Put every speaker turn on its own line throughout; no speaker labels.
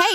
Hey,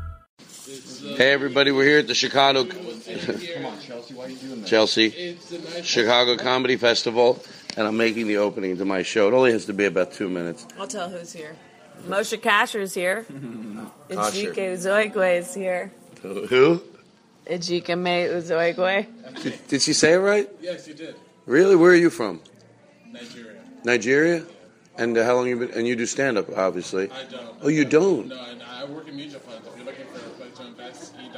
Hey everybody, we're here at the Chicago Chelsea Chicago Comedy Festival, and I'm making the opening to my show. It only has to be about two minutes.
I'll tell who's here. Moshe Kasher is here.
Kasher.
Ejike Uzoigwe is here.
Who?
Ejike May Uzoigwe.
Did, did she say it right? Yes, you did. Really? Where are you from? Nigeria. Nigeria? And uh, how long you been? And you do stand up, obviously.
I don't.
Oh, you don't?
No, and I work in mutual funds. If you're looking for a place to invest, e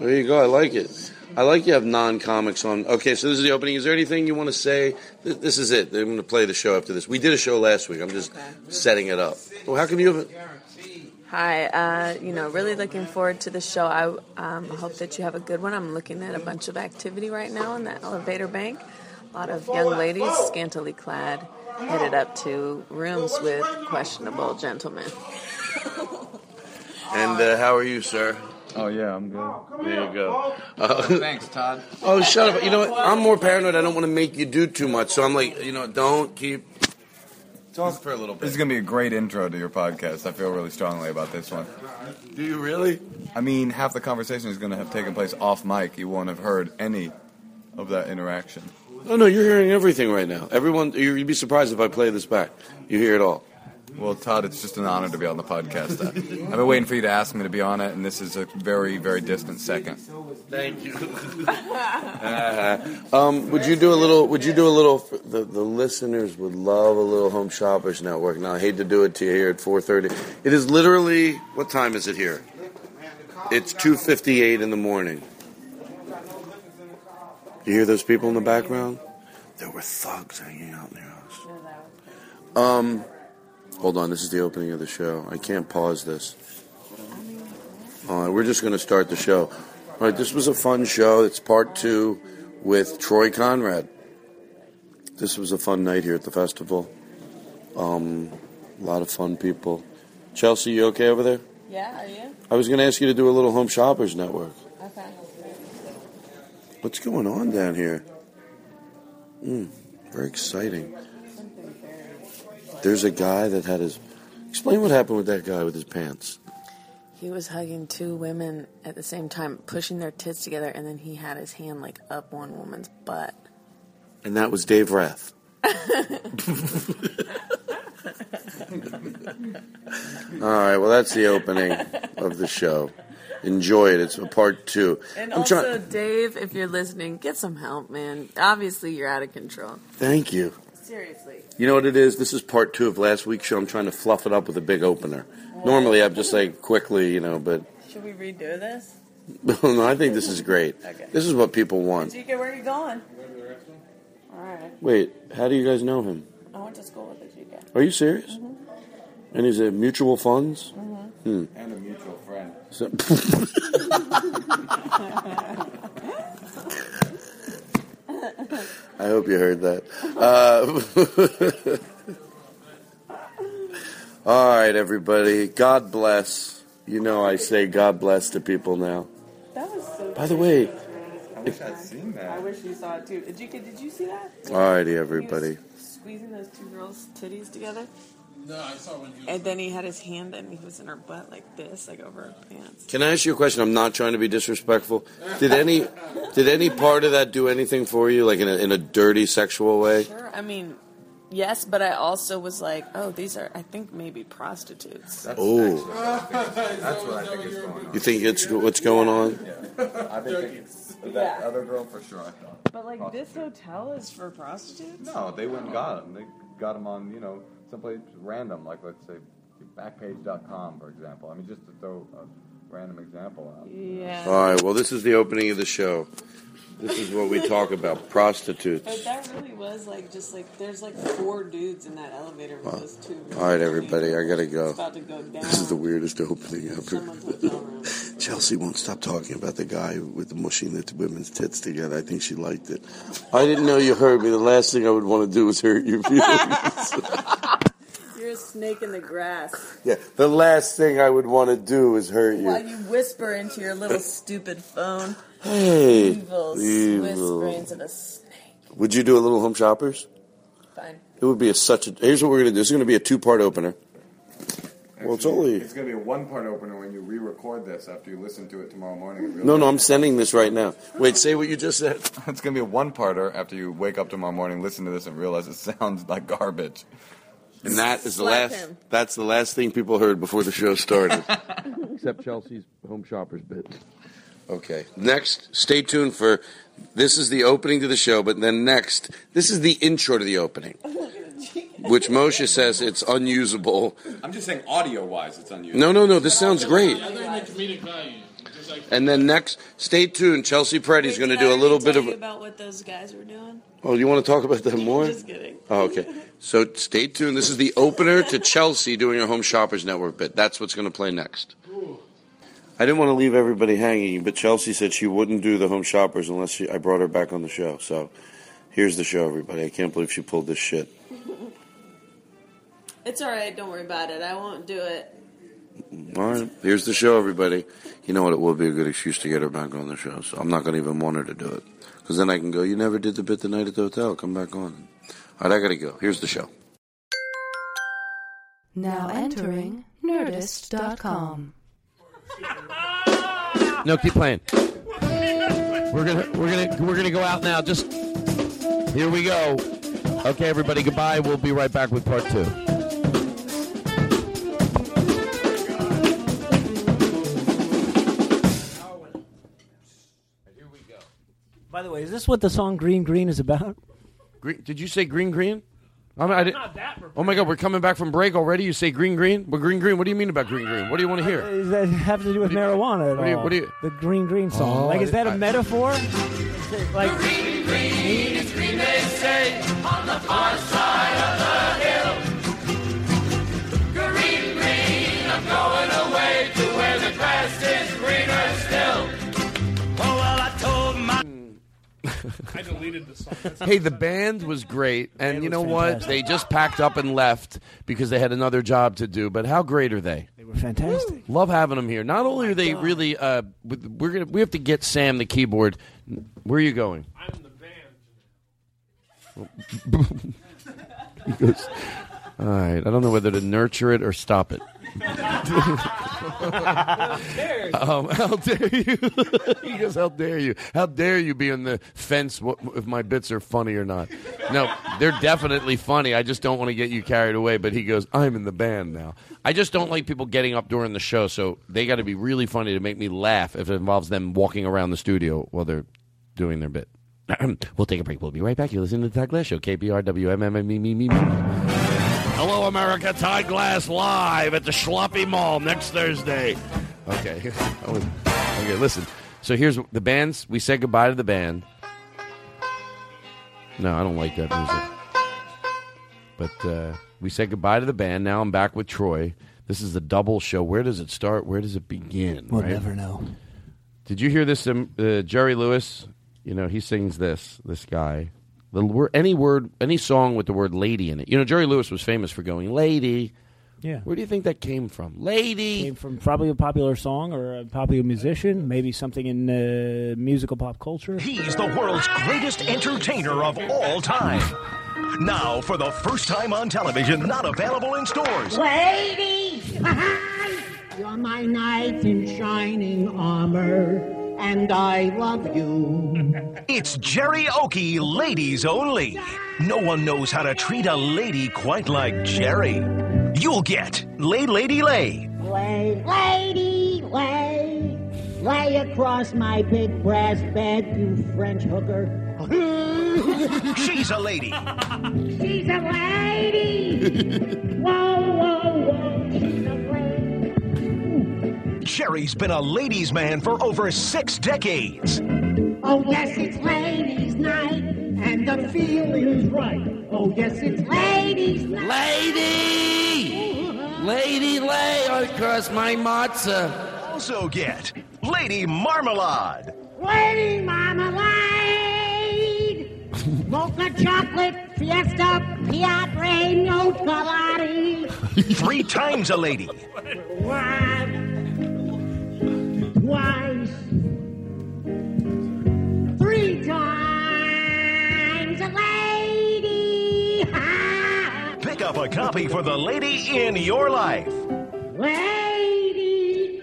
There you go. I like it. I like you have non-comics on. Okay, so this is the opening. Is there anything you want to say? Th- This is it. I'm going to play the show after this. We did a show last week. I'm just setting it up. Well, how come you have?
Hi, uh, you know, really looking forward to the show. I um, hope that you have a good one. I'm looking at a bunch of activity right now in the elevator bank. A lot of young ladies, scantily clad, headed up to rooms with questionable gentlemen.
And uh, how are you, sir?
Oh yeah, I'm good.
There you go. Uh,
Oh, Thanks, Todd.
oh, shut up. You know what? I'm more paranoid. I don't want to make you do too much. So I'm like, you know, don't keep. Talk for a little
This is
bit.
gonna be a great intro to your podcast. I feel really strongly about this one.
Do you really?
I mean, half the conversation is gonna have taken place off mic. You won't have heard any of that interaction.
No, no. You're hearing everything right now. Everyone, you- you'd be surprised if I play this back. You hear it all.
Well, Todd, it's just an honor to be on the podcast. Uh, I've been waiting for you to ask me to be on it, and this is a very, very distant second.
Thank you. um, would you do a little? Would you do a little? The, the listeners would love a little Home Shoppers Network. Now I hate to do it to you here at four thirty. It is literally what time is it here? It's two fifty eight in the morning. You hear those people in the background? There were thugs hanging out in their house. Um, hold on. This is the opening of the show. I can't pause this. All right, we're just going to start the show. All right, this was a fun show. It's part two with Troy Conrad. This was a fun night here at the festival. Um, a lot of fun people. Chelsea, you okay over there?
Yeah, are you?
I was going to ask you to do a little Home Shoppers Network.
Okay.
What's going on down here? Mm, very exciting. There's a guy that had his. Explain what happened with that guy with his pants.
He was hugging two women at the same time, pushing their tits together, and then he had his hand like up one woman's butt.
And that was Dave Rath. All right, well, that's the opening of the show. Enjoy it. It's a part two.
And
I'm
also,
trying-
Dave, if you're listening, get some help, man. Obviously, you're out of control.
Thank you.
Seriously.
You know what it is? This is part two of last week's show. I'm trying to fluff it up with a big opener. Normally, I'm just like quickly, you know, but
Should we redo this?
no, I think this is great.
Okay.
This is what people want.
DK, where are you going? All right.
Wait, how do you guys know him?
I went to school with the DK.
Are you serious?
Mm-hmm.
And he's a mutual funds?
And a mutual friend.
Hmm. So- I hope you heard that. Uh, all right, everybody. God bless. You know, I say God bless to people now. By the way,
I wish I'd seen
I
that.
wish you saw it too. Did you did you see that?
alrighty, everybody.
Squeezing those two girls' titties together,
No, I saw when he was.
and then he had his hand and he was in her butt like this, like over her pants.
Can I ask you a question? I'm not trying to be disrespectful. Did any did any part of that do anything for you, like in a, in a dirty sexual way?
Sure, I mean, yes, but I also was like, oh, these are I think maybe prostitutes.
That's
Ooh.
actually- that's what I think is going on.
You think it's what's going on?
I think it's that
Yeah.
other girl for sure. I thought.
But like this
Prostitute.
hotel is for prostitutes.
No, they went and got them. They got them on, you know, someplace random, like let's say backpage.com, for example. I mean, just to throw a random example out.
Yeah.
All right. Well, this is the opening of the show. This is what we talk about: prostitutes.
But that really was like just like there's like four dudes in that elevator with those two.
All right, everybody. I gotta
It's
go.
about to go down.
This is the weirdest opening ever.
Someone's hotel room.
Chelsea won't stop talking about the guy with the mushing the t- women's tits together. I think she liked it. I didn't know you hurt me. The last thing I would want to do is hurt your feelings.
You're a snake in the grass.
yeah, the last thing I would want to do is hurt you.
While you whisper into your little stupid phone,
Hey,
evil, Swiss
evil.
brains of a snake.
Would you do a little home shoppers?
Fine.
It would be a, such a. Here's what we're gonna do. This is gonna be a two-part opener. Well, it's only-
It's going to be a one part opener when you re record this after you listen to it tomorrow morning. and
No,
realize-
no, I'm sending this right now. Wait, say what you just said.
It's gonna be a one-parter after you wake up tomorrow morning, listen to this, and realize it sounds like garbage.
And that is the
Slap
last.
him.
That's the last thing people heard before the show started. Except Chelsea's home shoppers bit. Okay. Next, stay tuned for. This is the opening to the show, but then next, this is the intro to the opening, which Moshe says it's unusable.
I'm just saying, audio wise, it's unusual.
No, no, no. This sounds great.
I think the comedic value. Just like
And then next, stay tuned. Chelsea Peretti's going to do a little bit
you
of.
about what those guys were doing.
Oh, you want to talk about that more?
Just kidding.
Oh, okay. So stay tuned. This is the opener to Chelsea doing her Home Shoppers Network bit. That's what's going to play next. I didn't want to leave everybody hanging, but Chelsea said she wouldn't do the Home Shoppers unless she, I brought her back on the show. So here's the show, everybody. I can't believe she pulled this shit.
It's all right. Don't worry about it. I won't do it.
All right. Here's the show, everybody. You know what? It will be a good excuse to get her back on the show. So I'm not going to even want her to do it. Because then I can go, you never did the bit the night at the hotel. Come back on. All right, I got to go. Here's the show.
Now entering nerdist.com.
No, keep playing. We're gonna we're gonna we're gonna go out now. Just here we go. Okay, everybody, goodbye. We'll be right back with part two.
By the way, is this what the song Green Green is about?
Green, did you say green green? I mean, I didn't-
that
oh my God, we're coming back from break already. You say green green? But green green? What do you mean about green green? What do you want to hear?
Does that have to do with marijuana at
what do you-
all?
what do you-
the Green Green song.
Oh,
like, is that a
I-
metaphor? Is it Like,
I deleted the song. That's
Hey, the band was great, and
Band
you
was
know what?
fantastic.
They just packed up and left because they had another job to do. But how great are they?
they were Oh fantastic.
Love having them here. Not only are they really, uh, with- we're gonna we have to get Sam the keyboard. Where are you going?
I'm in the band.
All right, I don't know whether to nurture it or stop it. um, how dare you? he goes, "How dare you? How dare you be on the fence what, if my bits are funny or not?" No, they're definitely funny. I just don't want to get you carried away. But he goes, "I'm in the band now." I just don't like people getting up during the show, so they got to be really funny to make me laugh if it involves them walking around the studio while they're doing their bit. we'll take a break. We'll be right back. You're listening to the Todd Glass Show, KBRWMMMMMM. Me, me, me, me. Hello, America. Todd Glass live at the Schloppy Mall next Thursday. Okay. That was- okay, listen. So here's the bands. We said goodbye to the band. No, I don't like that music. But uh, we said goodbye to the band. Now I'm back with Troy. This is the double show. Where does it start? Where does it begin?
We'll
right?
never know.
Did you hear this? Um, uh, Jerry Lewis, you know, he sings this. This guy, the word, any word, any song with the word "lady" in it. You know, Jerry Lewis was famous for going "lady,"
Yeah.
Where do you think that came from? Lady.
Came from probably a popular song or a popular musician, maybe something in uh, musical pop culture.
He's the world's greatest entertainer of all time. Now, for the first time on television, not available in stores.
Lady, you're my knight in shining armor, and I love you.
It's Jerry Oakey, ladies only. No one knows how to treat a lady quite like Jerry. You'll get Lay Lady Lay.
Lay, lady, lay, lay across my big brass bed, you French hooker.
She's a lady.
She's a lady. whoa, whoa, whoa. She's a lady.
Jerry's been a ladies' man for over six decades.
Oh, yes, it's ladies' night, and the feeling's right. Oh, yes, it's ladies' night.
Lady! Lady lay across my matzah.
Also get Lady Marmalade.
Lady Marmalade! Mocha chocolate fiesta, piatre no colati.
Three times a lady.
One, twice, three times a lady.
Pick up a copy for the lady in your life.
Lady,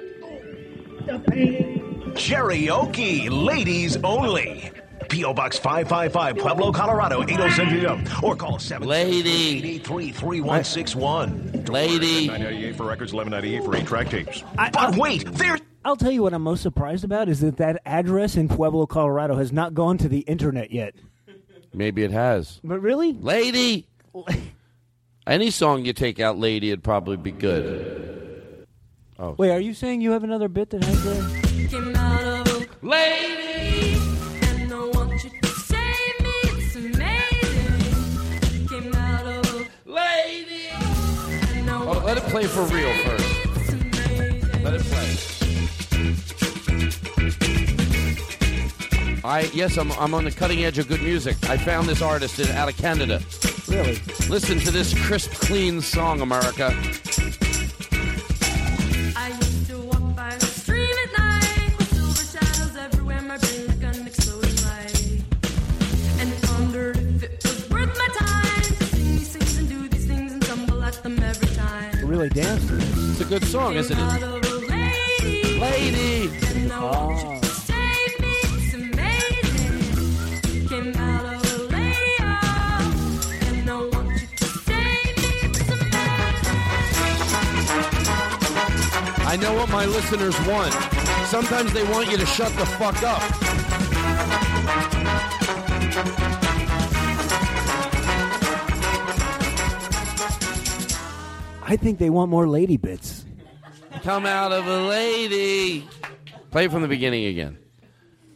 the pain.
Jerry Oakey, ladies only. P.O. Box 555, Pueblo, Colorado, 80730. Or call 783-3161. Lady. 998 for records, 1198 for eight track tapes. but wait, there.
I'll tell you what I'm most surprised about is that that address in Pueblo, Colorado, has not gone to the internet yet.
Maybe it has.
But really,
lady. Any song you take out, lady, it'd probably be good. Oh,
Wait, are you saying you have another bit that has uh, the?
Came out of a lady. And I want you to save me. It's amazing. Came out of a lady. And I
Oh,
want
let it play for real first. Let it play. I yes, I'm I'm on the cutting edge of good music. I found this artist in, out of Canada.
Really?
Listen to this crisp, clean song, America.
I used to walk by the stream at night with silver shadows everywhere. My brain like an exploding light, and wondered if it was worth my time to sing these things and do these things and stumble at them every time.
Really danced. It's
a good song, isn't
Out of a lady,
lady.
And I want you to save me. It's amazing. Came out of a lady, oh, and I want you to save me. It's amazing.
I know what my listeners want. Sometimes they want you to shut the fuck up.
I think they want more lady bits.
Come out of a lady. Play it from the beginning again.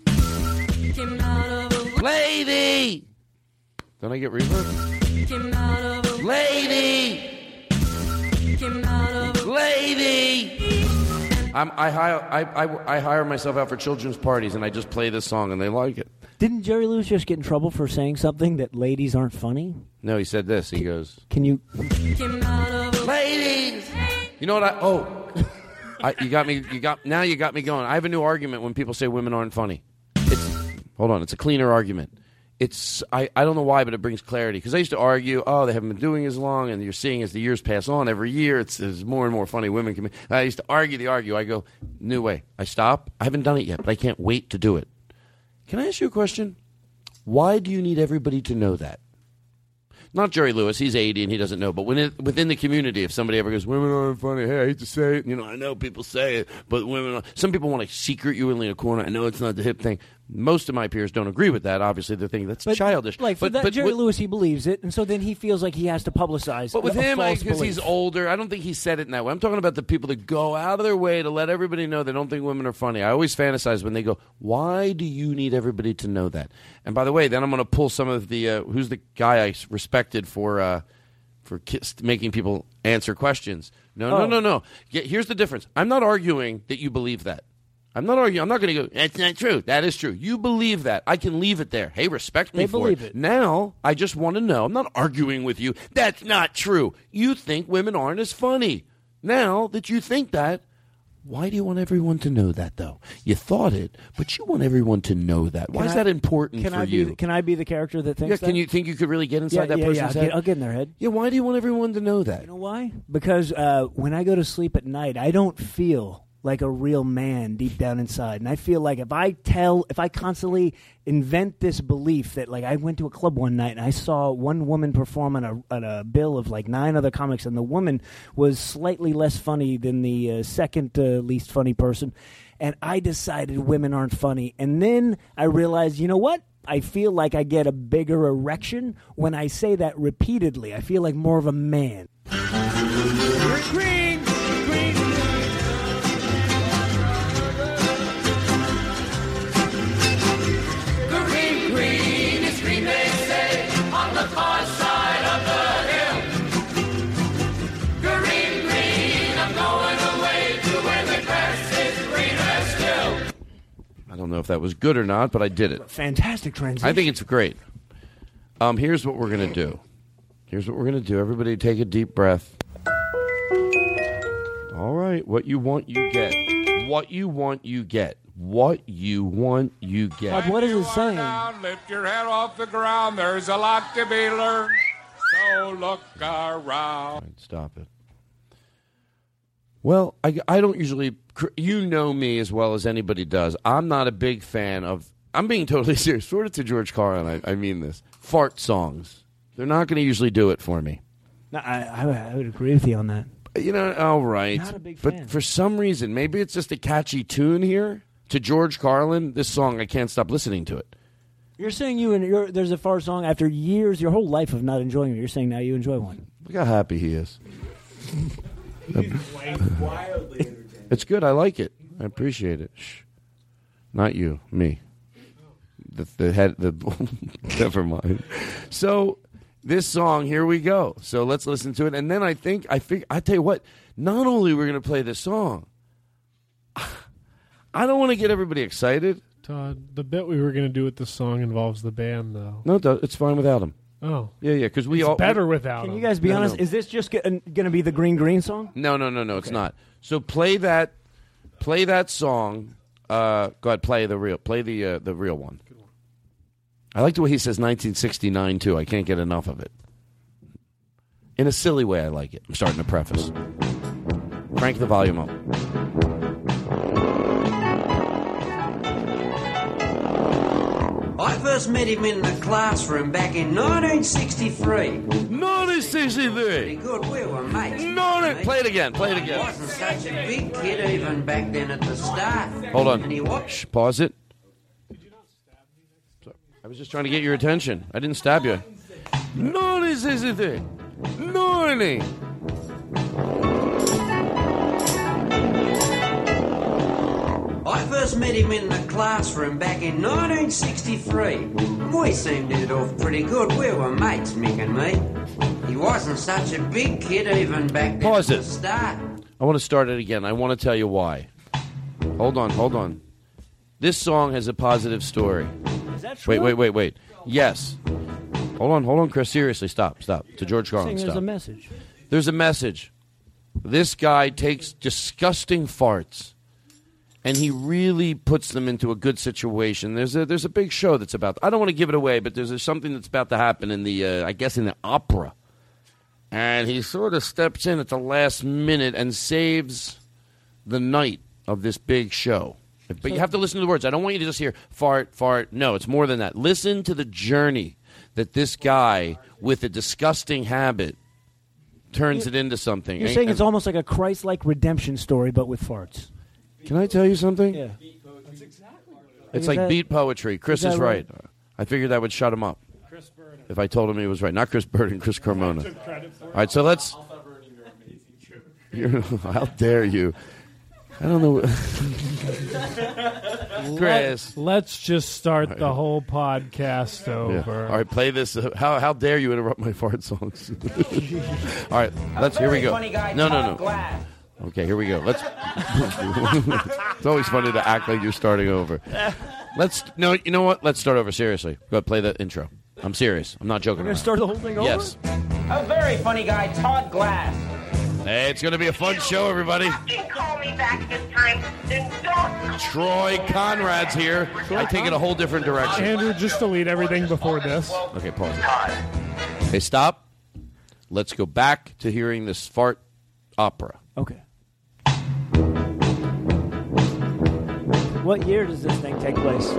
Came out of a
lady. Don't I get reverb?
Came out of a
lady.
Came out of a
lady. I'm, I, hire, I, I, I hire myself out for children's parties, and I just play this song, and they like it.
Didn't Jerry Lewis just get in trouble for saying something that ladies aren't funny?
No, he said this. He goes,
Can you?
Came out of a
ladies. "You know what? I oh, I, you got me. You got now. You got me going. I have a new argument when people say women aren't funny. It's hold on. It's a cleaner argument. It's I, I don't know why, but it brings clarity because I used to argue, oh, they haven't been doing as long, and you're seeing as the years pass on, every year it's there's more and more funny women come. in. I used to argue the argue. I go new way. I stop. I haven't done it yet, but I can't wait to do it. Can I ask you a question? Why do you need everybody to know that? Not Jerry Lewis. He's 80 and he doesn't know. But when it, within the community, if somebody ever goes, women aren't funny. Hey, I hate to say it. You know, I know people say it, but women. Are, some people want to secret you in a corner. I know it's not the hip thing. Most of my peers don't agree with that. Obviously, they're thinking that's childish.
Like for
but,
that,
but
Jerry
with-
Lewis, he believes it, and so then he feels like he has to publicize.
But with
a
him,
false
because he's
belief.
older, I don't think he said it in that way. I'm talking about the people that go out of their way to let everybody know they don't think women are funny. I always fantasize when they go, "Why do you need everybody to know that?" And by the way, then I'm going to pull some of the uh, who's the guy I s- respected for uh, for kiss, making people answer questions. No,
Oh.
no, no, no. Yeah, here's the difference. I'm not arguing that you believe that. I'm not arguing. I'm not going to go. That's not true. That is true. You believe that. I can leave it there. Hey, respect me
They
for
believe
it. Now I just want to know. I'm not arguing with you. That's not true. You think women aren't as funny. Now that you think that, why do you want everyone to know that though? You thought it, but you want everyone to know that. Why
Can
is
I-
that important
can
for
I be,
you?
the- Can I be the character that thinks
yeah,
that?
can you think you could really get inside
Yeah,
that
yeah, yeah,
person's
I'll
head?
get- I'll get in their head.
Yeah, why do you want everyone to know that?
You know why? because uh, when I go to sleep at night, I don't feel like a real man deep down inside, and I feel like if I tell, if I constantly invent this belief that like I went to a club one night and I saw one woman perform on a on a bill of like nine other comics, and the woman was slightly less funny than the uh, second uh, least funny person, and I decided women aren't funny, and then I realized, you know what? I feel like I get a bigger erection when I say that repeatedly. I feel like more of a man.
Green, green. Green, green is green, they say, on the far side of the hill. Green, green, I'm going away to where the grass is greener still.
I don't know if that was good or not, but I did it.
Fantastic transition.
I think it's great. Um, here's what we're gonna do. Here's what we're gonna do. Everybody, take a deep breath. All right, what you want, you get. What you want, you get. What you want, you get.
God, what is it saying?
Down, lift your head off the ground. There's a lot to be learned. So look around.
Stop it. Well, I, I don't usually. cr- You know me as well as anybody does. I'm not a big fan of. I'm being totally serious. Sort of to George Carlin. I, I mean this. Fart songs. They're not going to usually do it for me.
No, I, I, would- I would agree with you on that.
You know, all right.
Not a big fan.
But for some reason, maybe it's just a catchy tune here. To George Carlin, this song, I can't stop listening to it.
You're saying you and your, there's a far song after years, your whole life of not enjoying it. You're saying now you enjoy one.
Look how happy he is. it's good. I like it. I appreciate it. Shh. Not you, me. The, the head, the. never mind. So, this song, here we go. So let's listen to it, and then I think I fig- I tell you what. Not only we're gonna play this song, I don't want to get everybody excited.
Todd, the bit we were going to do with this song involves the band, though.
No, it does- it's fine without him.
Oh.
yeah, yeah, because we
It's
all
better without
Can
him.
you guys be
No,
honest?
no.
Is this just going to be the Green Green song?
No, no, no, no. It's not. So play that, play that song. Uh, go ahead, play the real, play the uh, the real one. I like the way he says 1969 too. I can't get enough of it. In a silly way, I like it. I'm starting to preface. Crank the volume up.
I first met him in the classroom back in 1963.
1963. Pretty
good. We were mates.
No, no. Play it again. Play it again.
I wasn't such a big kid even back then at the start.
Hold
And he
on.
watched
Shh, pause it. Sorry. I was just trying to get your attention. I didn't stab you. No, this is it. No, any.
I first met him in the classroom back in 1963. We seemed to hit off pretty good. We were mates, Mick and me. He wasn't such a big kid even back then
Pause
at
it.
the start.
I want to start it again. I want to tell you why. Hold on, hold on. This song has a positive story.
Is that
Wait,
true?
wait, wait, wait. Yes. Hold on, hold on, Chris. Seriously, stop, stop. To George
You're
Carlin,
saying there's
stop.
a message.
There's a message. This guy takes disgusting farts and he really puts them into a good situation. There's a there's a big show that's about. I don't want to give it away, but there's a, something that's about to happen in the uh, I guess in the opera. And he sort of steps in at the last minute and saves the night of this big show. But you have to listen to the words. I don't want you to just hear fart, fart. No, it's more than that. Listen to the journey that this guy with a disgusting habit turns it into something. eh?
You're
And-
saying it's
and-
almost like a Christ-like redemption story, but with farts.
Can I tell you something?
Yeah.
It's
Is
like
that-
beat poetry. Chris
is
is,
that
right.
right?
I figured that would shut him up.
Chris Burden.
If I told him he was right, not Chris Burden, Chris Carmona.
took credit for it.
All right, so let's. You're, how dare you? I don't know. Chris.
Let's just start the whole podcast
Yeah.
over.
All right, play this. Uh, How how dare you interrupt my fart songs? All right, let's. Here we
very
go.
funny guy,
no, no,
Todd
no.
Glass.
Okay, here we go. Let's. it's always funny to act like you're starting over. Let's. No, you know what? Let's start over. Seriously, go ahead, play the intro. I'm serious. I'm not joking.
We're gonna
around.
start the whole thing over.
Yes.
A very funny guy, Todd Glass.
Hey, it's gonna be a fun show, everybody.
Call me back this time. Then don't.
Troy Conrad's here. I take it a whole different direction.
Andrew, just delete everything before this.
Okay, pause. It. Hey, stop. Let's go back to hearing this fart opera.
Okay. What year does this thing take place?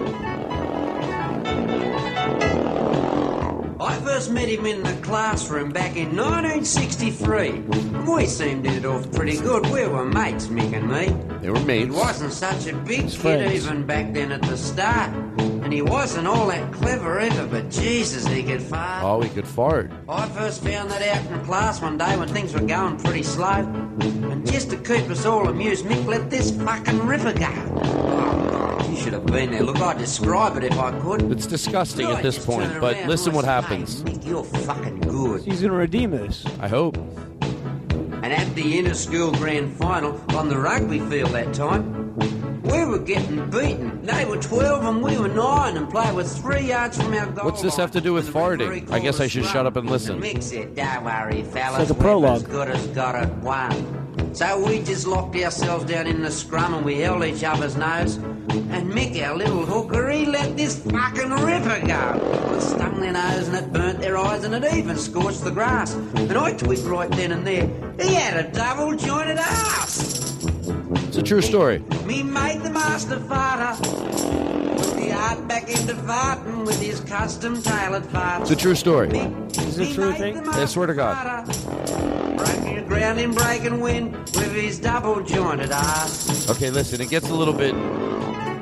I first met him in the classroom back in 1963. We seemed it off pretty good. We were mates, Mick and me.
They were
It
mates.
wasn't such a big kid
friends.
even back then at the start. And he wasn't all that clever either, but Jesus, he could fart.
Oh, he could fart.
I first found that out in class one day when things were going pretty slow. And just to keep us all amused, Mick let this fucking river go. Oh, you should have been there. Look, I'd describe it if I could.
It's disgusting at this point, but listen what happens.
You're fucking good.
He's going to redeem this.
I hope.
And at the inter school grand final on the rugby field that time, we were getting beaten. They were 12 and we were 9 and played with 3 yards from our goal.
What's this have to do with farting? I guess I should shut up and listen.
Mick said, Don't worry, fellas.
It's like a
we've
prologue.
As good as got it one. So we just locked ourselves down in the scrum and we held each other's nose. And Mick, our little hooker, he let this fucking ripper go. It stung their nose and it burnt their eyes and it even scorched the grass. And I twigged right then and there. He had a double jointed ass.
It's a true story.
Me made the master farter. Put the art back into farting with his custom tailored farts.
It's a true story.
Is it true thing?
I swear to God.
Breaking the ground in break and wind with his double jointed ass.
Okay, listen, it gets a little bit.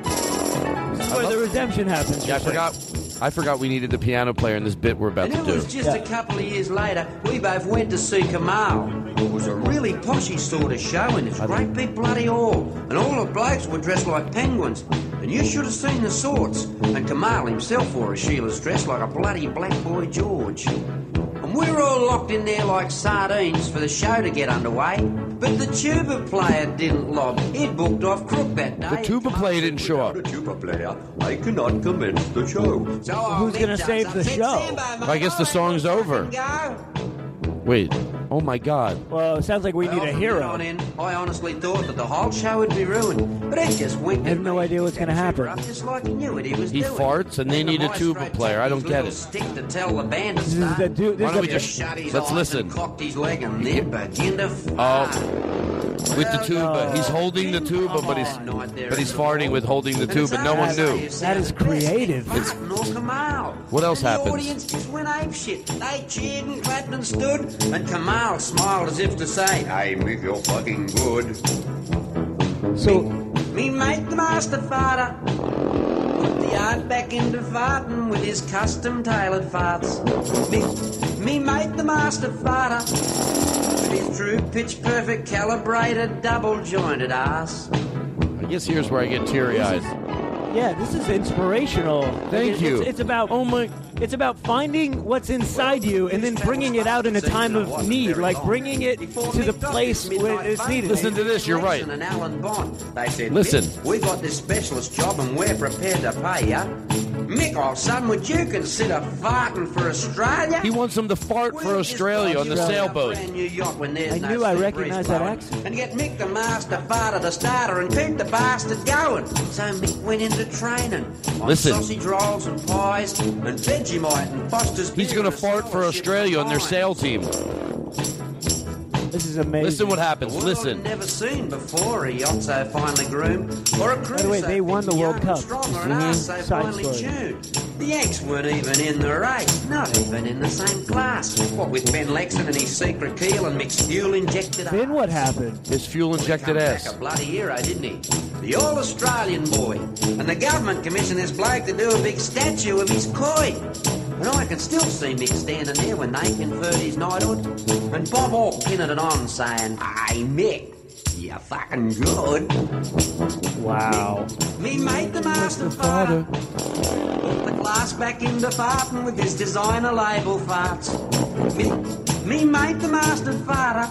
This is where the redemption happens.
Yeah, I forgot. I forgot we needed the piano player in this bit we're about
And
to
it was
do.
just a couple of years later, we both went to see Kamal. It was a really poshy sort of show in this great big bloody hall. And all the blokes were dressed like penguins. And you should have seen the sorts. And Kamal himself wore a Sheila's dress like a bloody black boy George. And we were all locked in there like sardines for the show to get underway. But the tuba player didn't lob. He'd booked off crook that day.
The tuba player didn't show up.
tuba player, I cannot commence the show. So uh, Who's
going to save the show?
I guess the song's over. Wait. Oh my God.
Well, it sounds like we need a hero.
On in, I honestly thought that the whole show would be ruined, but it just winked. I have no idea what's going to happen. Just like he knew what he was
He
doing.
farts and they need a
maestro
tuba player. I
took
don't
his
get
little
it.
Stick to tell the band to
This is
start.
the dude- this
Why don't we
is the-
just shut his
Let's
eyes
listen.
And cocked his leg and then begin to
Oh,
fart.
with the tuba. He's holding the tuba, but he's but he's farting with holding the tuba. No one knew.
That is creative.
Nor Kamal.
What else
The
happens?
audience just went apeshit. They cheered and clapped and stood, and Kamal smiled as if to say, "Hey, Mick, you're fucking good."
So
Me mate the master farter. Put the art back into farting with his custom tailored farts. Me, me mate the master farter. With his true pitch perfect calibrated double jointed ass.
I guess here's where I get teary eyed.
yeah, this is inspirational. Like,
Thank
it-
you.
It's, it's about oh my. It's about finding what's inside you and then bringing it out in a time of need, like bringing it to the place where it's needed.
Listen to this. You're right.
And Alan Bond. They said,
Listen.
"Mick, we got this specialist job and we're prepared to pay ya. Mick, old son, would you consider farting for Australia?
He wants him to fart for Australia on the sailboat.
brand new yacht when there's
I
no
knew I
sea breeze
recognized that
blowing.
accent.
And get Mick the master farter, the starter, and keep the bastard going. So Mick went into training on
Listen.
sausage rolls and pies and Vegemite and Foster's.
He's
beer
gonna
and a
fart for
scholarship
Australia on their
combined.
sail team.
This is amazing.
Listen what happens.
The world
Listen.
Never seen before a yacht so finely groomed, or a cruise
By the way,
so
they won the
young and
World Cup.
strong, or an ass so
Mhm. Side
finely
story.
tuned. The Yanks weren't even in the race, not even in the same class. What with Ben Lexon and his secret keel and mixed fuel injected
Then what happened?
His fuel injected
a
ass.
bloody hero, didn't he? The all Australian boy. And the government commissioned this bloke to do a big statue of his koi. And I can still see Mick standing there when they conferred his knighthood. And Bob Hawke pinning it on, saying, Hey, Mick, you're fucking good.
Wow.
Me mate the master farter. Put the glass back into farting with his designer label farts. Me, me mate the master farter.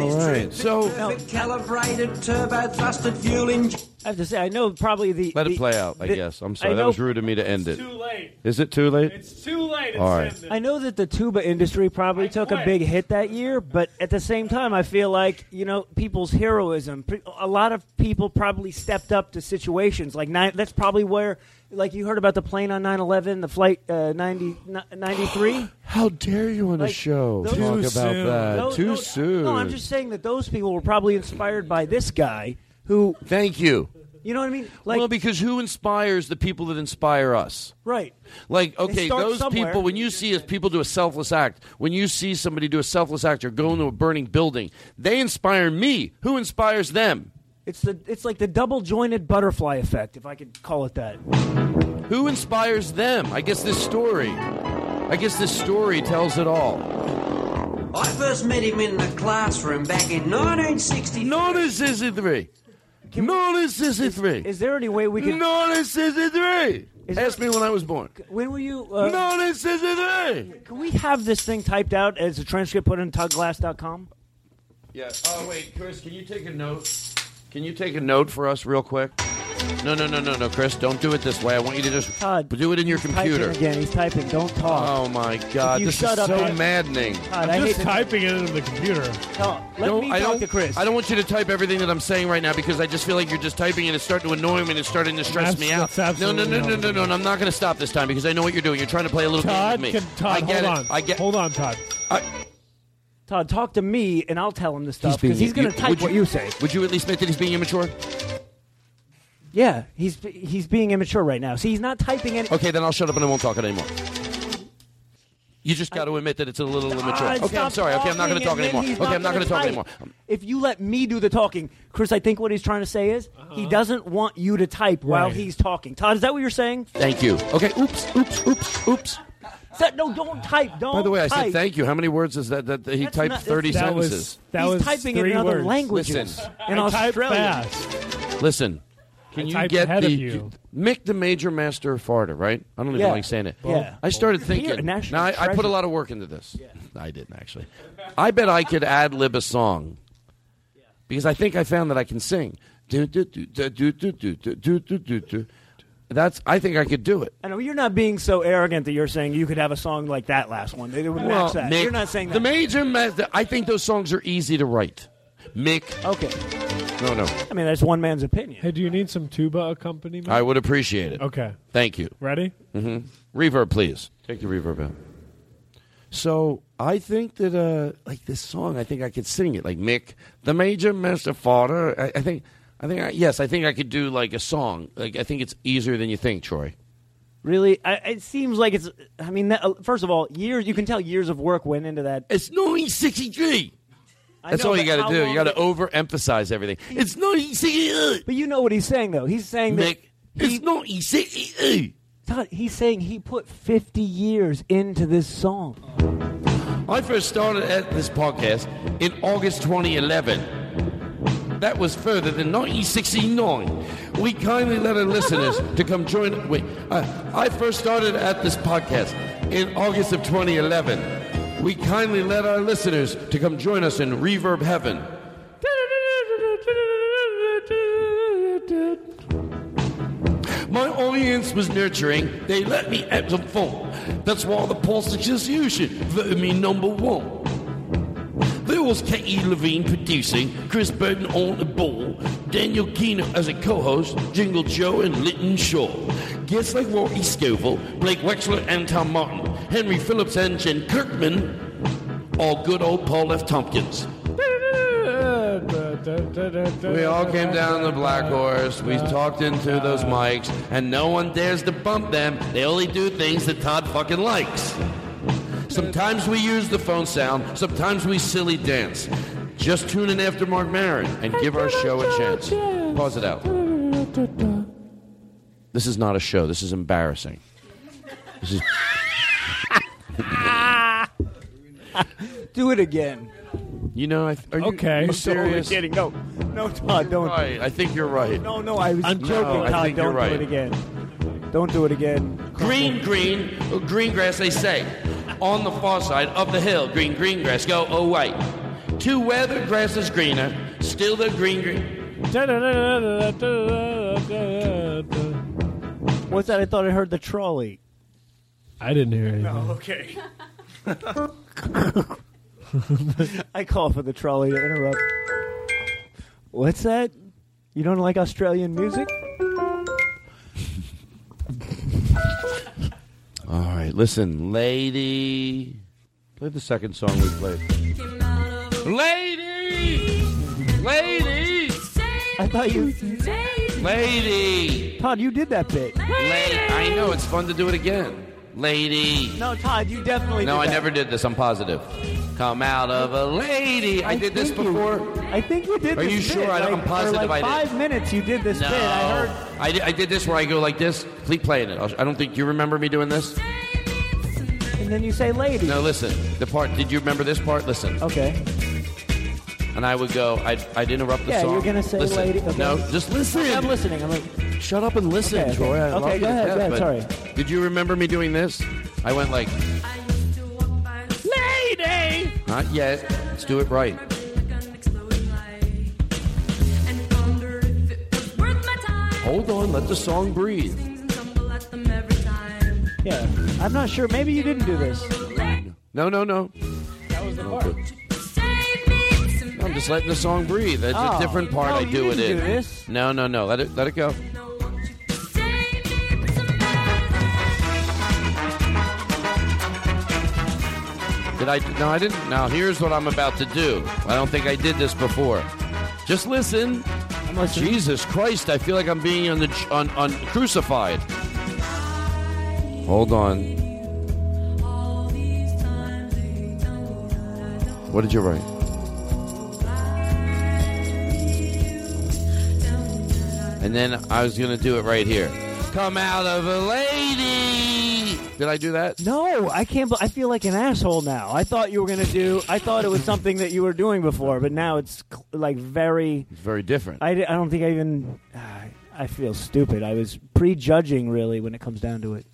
his
All right.
trip.
So-
Perfect calibrated turbo thrusted fuel engine.
I have to say, I know probably the.
Let
the-
it play out, I
the-
guess. I'm
I
sorry. That
know-
was rude of me to end it.
too late.
Is it too late?
It's too late.
All right.
I know that the tuba industry probably took a big hit that year, but at the same time, I feel like you know people's heroism. Pe- A lot of people probably stepped up to situations like nine. That's probably where, like you heard about the plane on 9-11, the flight uh, 90, ni- 93.
How dare you on a
Like,
show
those-
talk about that?
No,
too
no,
soon.
No, I'm just saying that those people were probably inspired by this guy who.
Thank you.
You know what I mean? Like,
well, because who inspires the people that inspire us?
right.
Like,
It
okay,
starts
those
somewhere.
people, when you see if people do a selfless act, when you see somebody do a selfless act or go into a burning building, they inspire me. Who inspires them?
It's the it's like the double jointed butterfly effect, if I could call it that.
Who inspires them? I guess this story. I guess this story tells it all.
I first met him in the classroom back in 1963.
Narcissistry.
Is there any way we can?
Narcissistry. Ask me when I was born.
When were you? Uh,
Narcissistry.
Can we have this thing typed out as a transcript put on toddglass.com?
Yeah. Oh wait, Chris, can you take a note? Can you take a note for us real quick? No, no, no, no, no, Chris, don't do it this way. I want you to just
Todd,
do it in your computer.
Typing Uh, again. He's typing. Don't talk.
Oh my God,
If you
this
shut
is
up, Uh,
so
I-
maddening.
Todd, I
I'm
hate
just
to-
typing it into the computer.
No, let
Don't-
me
I
talk
don't,
to Chris.
I don't want you to type everything that I'm saying right now because I just feel like you're just typing and it's starting to annoy me and it's starting to stress
That's-
me out.
that's
No, no, no, no,
absolutely
no, no, no. I'm not going to stop this time because I know what you're doing. You're trying to play a little
Todd,
game with me.
can, Todd,
I get
hold
it.
on.
I get.
hold on, Todd.
Todd, talk to me, and I'll tell him the stuff
being-
because he's going
you-
to type
would
what you say.
Would you at least admit that he's being immature?
Yeah, he's he's being immature right now. See, he's not typing any.
Okay, then I'll shut up and I won't talk it anymore. You just got to admit that it's a little immature.
God,
okay, I'm
stop
sorry. Okay, I'm not going to talk
talking, and
anymore.
then he's
Okay, I'm not going to talk
gonna
anymore.
type. If you let me do the talking, Chris, I think what he's trying to say is
Uh-huh.
he doesn't want you to type while
Right.
he's talking. Todd, is that what you're saying?
Thank you. Okay, oops, oops, oops, oops.
Is that- no, don't type. Don't.
By the way, I
type.
said thank you. How many words is that? That, that he
That's
typed
not-
thirty
that's- That was-
sentences.
That
he's
was
typing
three
in other
words.
languages.
Listen.
in
I typed
Australia.
fast.
Listen, can
I
you
typed
get
ahead
the
of you.
Mick the Major Master Farter? Right? I don't even
Yeah.
like saying it.
Yeah.
I started
Here,
thinking.
national
Now I, I put
treasure.
a lot of work into this. I didn't actually. I bet I could ad lib a song because I think I found that I can sing. Do, do, do, do, do, do, do, do, do, do, do, do. That's. I think I could do it.
I know you're not being so arrogant that you're saying you could have a song like that last one. It would match that.
Mick-
you're not saying that.
The Major Master. I think those songs are easy to write. Mick.
okay.
No, no.
I mean, that's one man's opinion.
Hey, do you need some tuba accompaniment?
I would appreciate it.
Okay.
Thank you.
Ready?
hmm Reverb, please. Take the reverb out. So I think that, uh, like this song, I think I could sing it. Like Mick, the major master father. I, I think, I think, I, yes, I think I could do like a song. Like I think it's easier than you think, Troy.
Really, I, it seems like it's. I mean, that, uh, first of all, years you can tell years of work went into that.
It's 1963.
I
That's
know,
all you
but
got
how
to do.
long
You got to
did-
overemphasize everything. It's 1963.
But you know what he's saying though. He's saying that
Mick, it's 1963.
Todd, he's saying he put fifty years into this song.
I first started at this podcast in August 2011. That was further than 1969. We kindly let our listeners to come join. Wait, uh, I first started at this podcast in August of 2011. We kindly let our listeners to come join us in Reverb Heaven. My audience was nurturing. They let me at the phone. That's why the Pulse Association voted me number one. There was Katie Levine producing, Chris Burton on the ball, Daniel Keener as a co-host, Jingle Joe and Lytton Shaw. Guests like Rory Scoville, Blake Wexler and Tom Martin, Henry Phillips and Jen Kirkman, all good old Paul F. Tompkins. We all came down the Black Horse. We talked into those mics, and no one dares to bump them. They only do things that Todd fucking likes. Sometimes we use the phone sound. Sometimes we silly dance. Just tune in after Mark Maron and give our show a chance. Pause it out. This is not a show. This is embarrassing. This is.
Do it again.
You know, I th- are you,
Okay.
are you
I'm
Totally
serious?
kidding. No, no, Todd, don't.
Right. I think you're right.
No, no, I was
I'm
joking,
no, I
Todd.
think
don't
you're right.
do it again. Don't do it again.
Green, green, oh, oh, green grass, they say. On the far side of the hill, green, green grass, go away.
To where the grass is greener, still the green green.
Oh,
What's that? I thought I heard the trolley.
I didn't hear anything.
okay. I call for the trolley to interrupt. What's that? You don't like Australian music?
All right, listen, lady. Play the second song we played. Lady! Lady!
I thought you.
Lady!
Todd, you did that bit.
Lady! I know, it's fun to do it again. Lady.
No, Todd, you definitely
No,
did
I
that.
never did this. I'm positive. Come out of a lady. I, did this before.
I think you did
Are
this
you
bit,
sure? I don't-
like-
I'm positive
for like
I did.
five minutes you did this
no.
bit. I heard.
I did, I did this where I go like this. Please play it. I'll- I don't think you remember me doing this.
And then you say lady.
No, listen. The part. Did you remember this part? Listen.
Okay.
And I would go. I'd, I'd interrupt the
Yeah,
song.
you're gonna say
listen.
lady. Okay.
No, just listen.
Okay, I'm listening. I'm like,
Shut up and listen,
Okay, okay.
Troy. I
Okay,
love you
go
to
ahead,
death,
go ahead,
but
sorry.
Did you remember me doing this? I went like,
Lady!
not yet. Let's do it right. Hold on. Let the song breathe.
Yeah. I'm not sure. Maybe you didn't do this.
No, no, no. No, I'm just letting the song breathe. That's
Oh.
a different part.
No,
I
you
do it
didn't
in.
do this.
No, no, no. Let it let it go. Did I? No, I didn't. Now here's what I'm about to do. I don't think I did this before. Just listen. Jesus Christ! I feel like I'm being on the ch- on on crucified. Hold on. What did you write? And then I was gonna do it right here. Come out of a lady. Did I do that?
No, I can't. bel- I feel like an asshole now. I thought you were gonna do. I thought it was something that you were doing before, but now it's cl- like very.
It's very different.
I, di- I don't think I even. ah, I feel stupid. I was prejudging really when it comes down to it.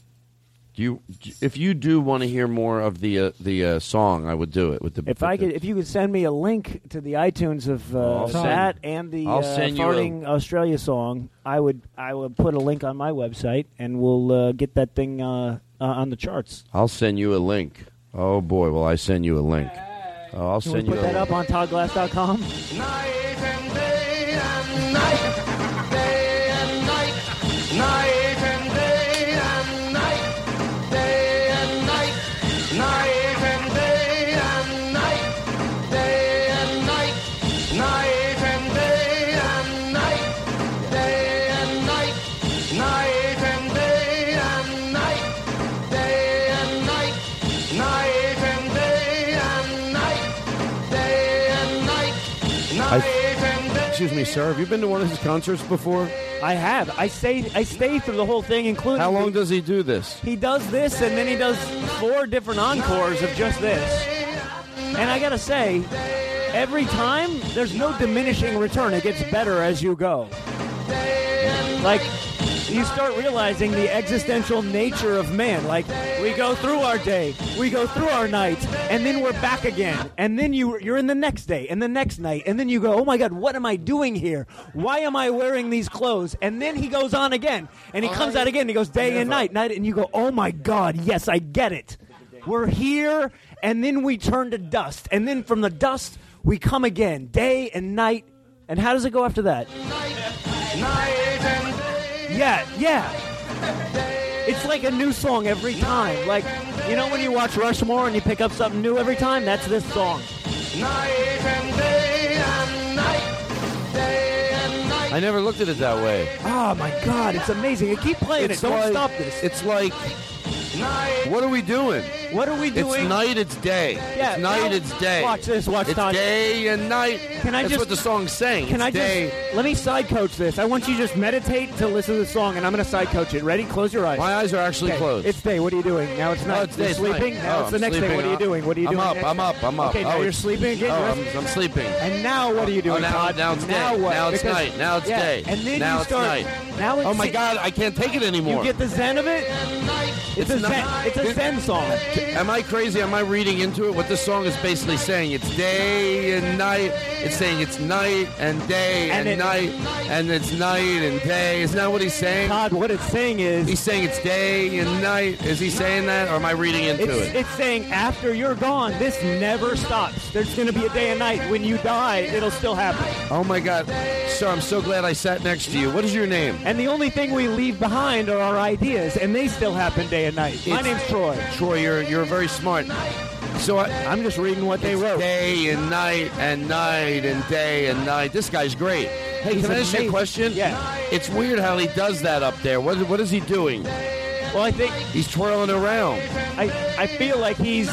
Do you, if you do want to hear more of the uh, the uh, song, I would do it with the.
If I could, if you could send me a link to the iTunes of uh,
I'll send-
that and the
I'll
uh,
send you a-
farting Australia song, I would I would put a link on my website and we'll uh, get that thing uh, uh, on the charts.
I'll send you a link. Oh boy, will I send you a link? Oh, I'll
Can
send
we put
you. a
that up
link.
on ToddGlass.com?
Night and day and night, day and night, night and day and night, day and night, night and day and night, day and night, night and day and night, day and night, night and day and night, day and night, night and day and night, day and night.
I, excuse me, sir. Have you been to one of his concerts before?
I have. I stay. I stay through the whole thing, including.
How long does he do this?
He does this, and then he does four different encores of just this. And I gotta say, every time there's no diminishing return. It gets better as you go. Like you start realizing the existential nature of man. Like we go through our day, we go through our night, and then we're back again. And then you you're in the next day and the next night, and then you go, "Oh my god, what am I doing here? Why am I wearing these clothes?" And then he goes on again. And he comes out again. And he goes day and night, night and you go, "Oh my god, yes, I get it. We're here and then we turn to dust. And then from the dust we come again, day and night. And how does it go after that? Yeah, yeah. It's like a new song every time. Like, you know when you watch Rushmore and you pick up something new every time? That's this song.
I never looked at it that way.
Oh my god, it's amazing. I keep playing
It's
it. Don't
like-
stop this.
It's like, what are we doing?
What are we doing?
It's night. It's day.
Yeah,
it's night.
now-
it's day.
Watch this, watch
It's
Todd.
day and night.
Can I
That's
just-
what the song's saying.
Can
it's
I just
day.
let me side coach this? I want you to just meditate to listen to the song, and I'm going to side coach it. Ready? Close your eyes.
My eyes are actually
Okay,
closed.
It's day. What are you doing? Now it's
No,
night.
it's day,
You're
it's
sleeping.
night.
Now
Oh,
it's
I'm
the next day.
sleeping.
What are you doing? What are you
I'm
doing?
up,
next
I'm
day?
up, I'm up.
Okay,
Oh,
now you're
it's-
sleeping again.
oh,
You're
I'm-
up.
I'm sleeping.
And now what are you doing,
Oh, now,
Todd?
now it's
Now
day.
what?
Now it's
Because-
night. Now it's
yeah,
day.
And then
now
you
it's
start.
night.
Now it's
oh my God! I can't take it anymore.
You get the zen of it. It's a Zen- it's a Zen song.
Am I crazy? Am I reading into it? What this song is basically saying? It's day and night. It's saying it's night and day and,
And it-
night and it's night and day. Isn't that what he's saying?
Todd, what it's saying is
he's saying it's day and night. Is he saying that, or am I reading into
It's,
it?
it's saying after you're gone, this never stops. There's going to be a day and night. When you die, it'll still happen.
Oh my God, sir! I'm so glad I sat next to you. What is your name?
And the only thing we leave behind are our ideas, and they still happen day and night. My
It's-
name's Troy.
Troy, you're you're very smart. So I,
I'm just reading what they wrote.
Day and night and night and day and night. This guy's great. Hey,
He's
can I ask you a
amazing.
question?
Yeah.
It's weird how he does that up there. What what is he doing?
Well, I think
he's twirling around.
I, I feel like he's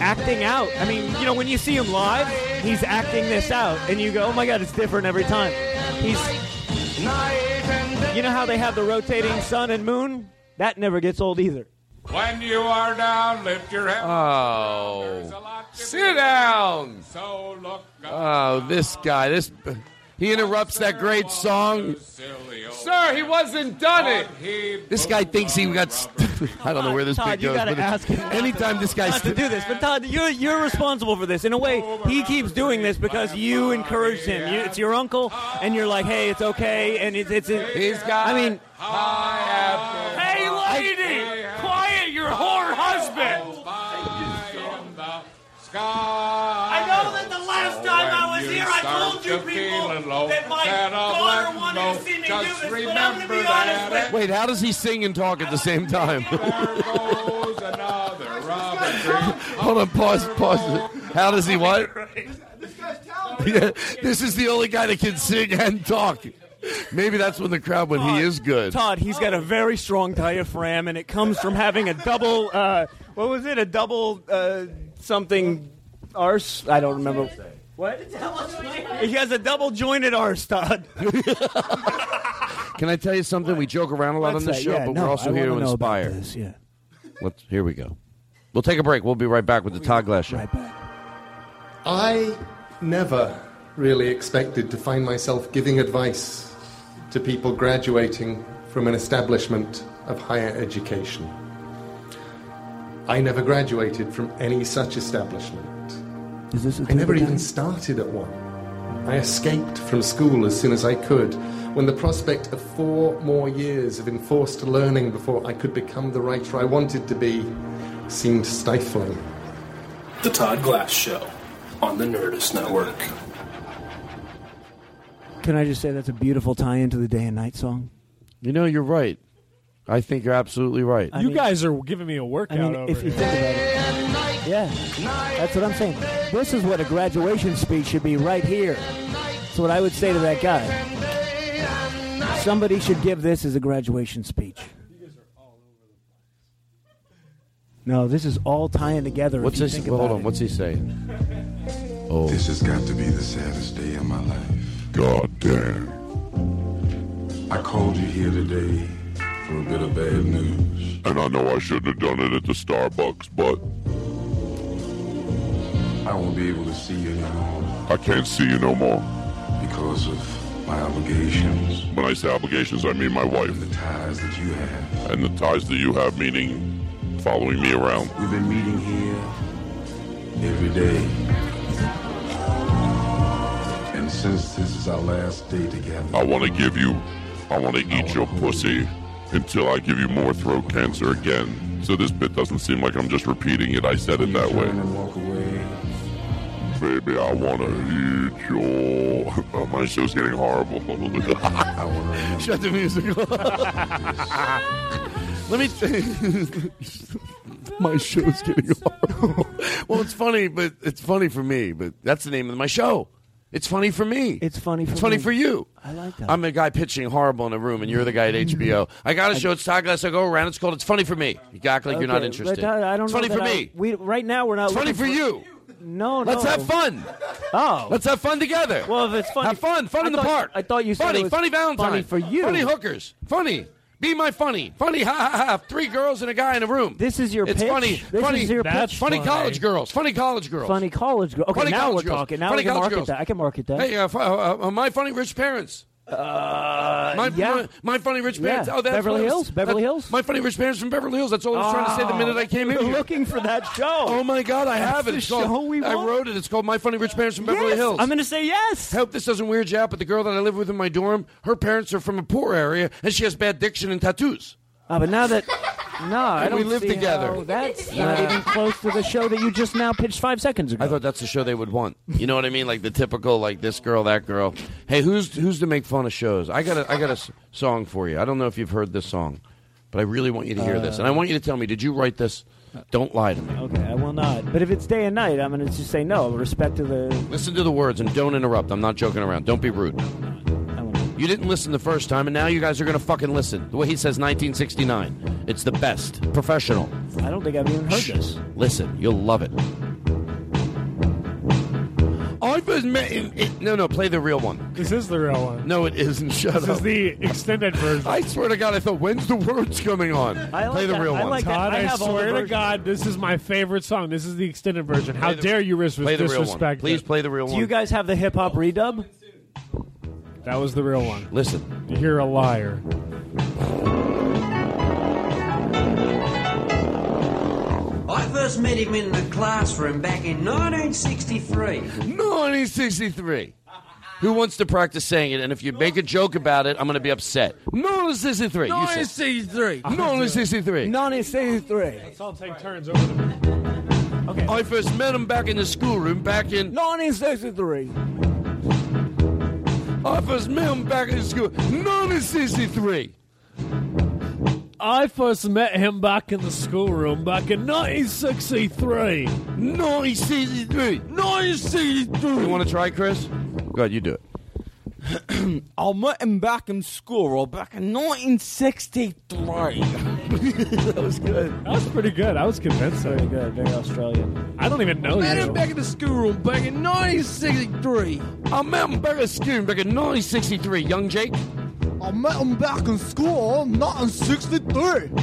acting out. I mean, you know, when you see him live, he's acting this out, and you go, oh my God, it's different every time. He's. You know how they have the rotating sun and moon? That never gets old either.
When you are down, lift your head.
Oh, sit down.
So look
Oh, this guy. This he interrupts that great song. Sir, he wasn't done it. This guy thinks he got. St- I don't know where this
Todd,
bit
you
goes.
gotta
but it's-
ask him.
Anytime this guy
Not to do this, but Todd, you're you're responsible for this in a way. He keeps doing this because you encouraged him. You, it's your uncle, and you're like, hey, it's okay, and it's it's. It,
He's got.
I mean,
Hey, lady! quiet your whore husband! I know that the last time I was here, I told you people that my daughter wanted to see me do this, but I'm gonna be honest with
Wait, how does he sing and talk at the same time? Hold on, pause, pause. How does he what? Yeah, this is the only guy that can sing and talk. Maybe that's when the crowd when he is good.
Todd, he's got a very strong diaphragm, and it comes from having a double. Uh, what was it? A double uh, something arse? I don't remember. What? He has a double jointed arse, Todd.
Can I tell you something? We joke around a lot on
What's
this
that?
show,
Yeah,
but
no,
we're also
I
here to
wanna know about
inspire.
this, yeah.
Let's, here we go. We'll take a break. We'll be right back with the Todd Glass Show.
I never really expected to find myself giving advice to people graduating from an establishment of higher education. I never graduated from any such establishment.
Is this
I never even started at one. I escaped from school as soon as I could when the prospect of four more years of enforced learning before I could become the writer I wanted to be seemed stifling.
The Todd Glass Show on the Nerdist Network.
Can I just say that's a beautiful tie into the day and night song?
You know, you're right. I think you're absolutely right.
you guys are giving me a workout
I mean,
over
if you
here.
think about it, yeah, that's what I'm saying. This is what a graduation speech should be right here. That's what I would say to that guy. Somebody should give this as a graduation speech. No, this is all tying together. if
What's
you
this?
think
well,
about
hold on.
it.
What's he saying? Oh.
This has got to be the saddest day of my life. God damn. I called you here today for a bit of bad news. And I know I shouldn't have done it at the Starbucks, but. I won't be able to see you anymore. I can't see you no more. Because of my obligations. When I say obligations, I mean my wife. And the ties that you have. And the ties that you have, meaning following me around. We've been meeting here every day.
And since this is our last day together,
I want to give you, I want to eat your pussy until I give you more throat cancer again. So this bit doesn't seem like I'm just repeating it. I said it that way. Baby, I want to eat your. Oh, my show's getting horrible.
Shut the music off. Let me. my show's getting horrible. well, it's funny, but it's funny for me. But that's the name of my show. It's funny for me. It's
funny for
It's funny
me.
for you.
I like that. Mm-hmm.
I'm a guy pitching horrible in a room, and you're the guy at HBO. I got a show. It's Todd Glass. I go around. It's called It's Funny for Me. You act like you're not
Okay,
interested.
but I, I don't
it's
know
funny
that
for
I-
me.
We right now we're not.
It's funny
looking
for you.
No,
Let's
no.
have fun.
Oh,
Let's have fun together.
Well, if it's funny,
Have fun. Fun
I
in the
thought-
park.
I thought you said
funny,
it was
funny Valentine.
Funny for you.
Funny hookers. Funny. Be my funny. Funny. Ha ha ha. Three girls and a guy in a room. This
is your
It's
pitch?
funny.
This
funny.
is your That's pitch?
Funny
funny.
college girls. Funny college girls.
Funny college girl. Okay,
Funny
now
college
we're
girls.
talking. Now
Funny
I can
college
market
girls.
that. I can market that.
Hey, uh, fu- uh, uh, my uh, funny rich parents. Uh, my,
yeah.
my, my funny rich parents.
Yeah.
Oh, that's
Beverly
what I was-
Hills, Beverly
that-
Hills.
My funny rich parents from Beverly Hills. That's all I was trying to say the
Oh,
minute I came in.
you're
here.
looking for that show.
Oh my God, I
That's
have it.
the
It's called-
show we
I
want.
wrote it. It's called My Funny Rich Parents from Beverly
Yes,
Hills.
I'm gonna say yes.
Hope this doesn't weird you out, but the girl that I live with in my dorm, her parents are from a poor area, and she has bad diction and tattoos.
Ah, but now that no, Oh, I
And
don't
we live
see
together.
how that's not even close to the show that you just now pitched five seconds ago.
I thought that's the show they would want. You know what I mean? Like the typical, like this girl, that girl. Hey, who's who's to make fun of shows? I got a I got a s- song for you. I don't know if you've heard this song, but I really want you to hear this, and I want you to tell me, did you write this? Don't lie to me.
Okay, I will not. But if it's day and night, I'm gonna just say no. Respect to the.
Listen to the words and don't interrupt. I'm not joking around. Don't be rude. You didn't listen the first time, and now you guys are gonna fucking listen. The way he says 1969, it's the best. Professional.
I don't think I've even heard this.
Listen, you'll love it. I was met in. It, no, no, play the real one.
This is the real one.
No, it isn't. Shut
This
up.
is the extended version.
I swear to God, I thought, when's the words coming on? play the real one.
Todd, I,
have all the
swear to
versions.
God, this is my favorite song. This is the extended version. How
Play the-
dare you risk
play the real one.
disrespect?
Please play the real
Do you guys have the hip hop redub?
That was the real one.
Listen.
You're a liar.
I first met him in the classroom back in 1963.
1963. Who wants to practice saying it? And if you make a joke about it, I'm going to be upset. 1963. you said.
1963.
1963.
1963.
Let's all take turns over the
I first met him back in the schoolroom back in
1963.
I first met him back in the school 1963.
I first met him back in the schoolroom back in 1963.
1963. 1963. You want to try, Chris? Go ahead, you do it.
I met him back in school well, back in 1963. that
was good.
That was pretty good. I was convinced. Very
good. Very Australian.
I don't even know
met
you.
him back in the schoolroom back in 1963.
I met him back in school back in 1963, young Jake.
I met him back in school, not in 63.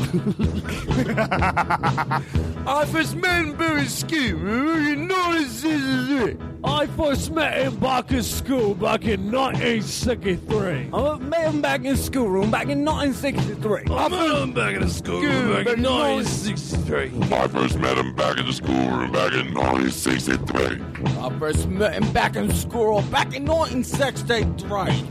I first met him back in school in 1963.
I first met him back in school back in 1963.
I met him back in schoolroom back in 1963.
I met him back in the schoolroom
back in
1963.
I first met him back in the schoolroom back in 1963.
I first met him back in school back in 1963.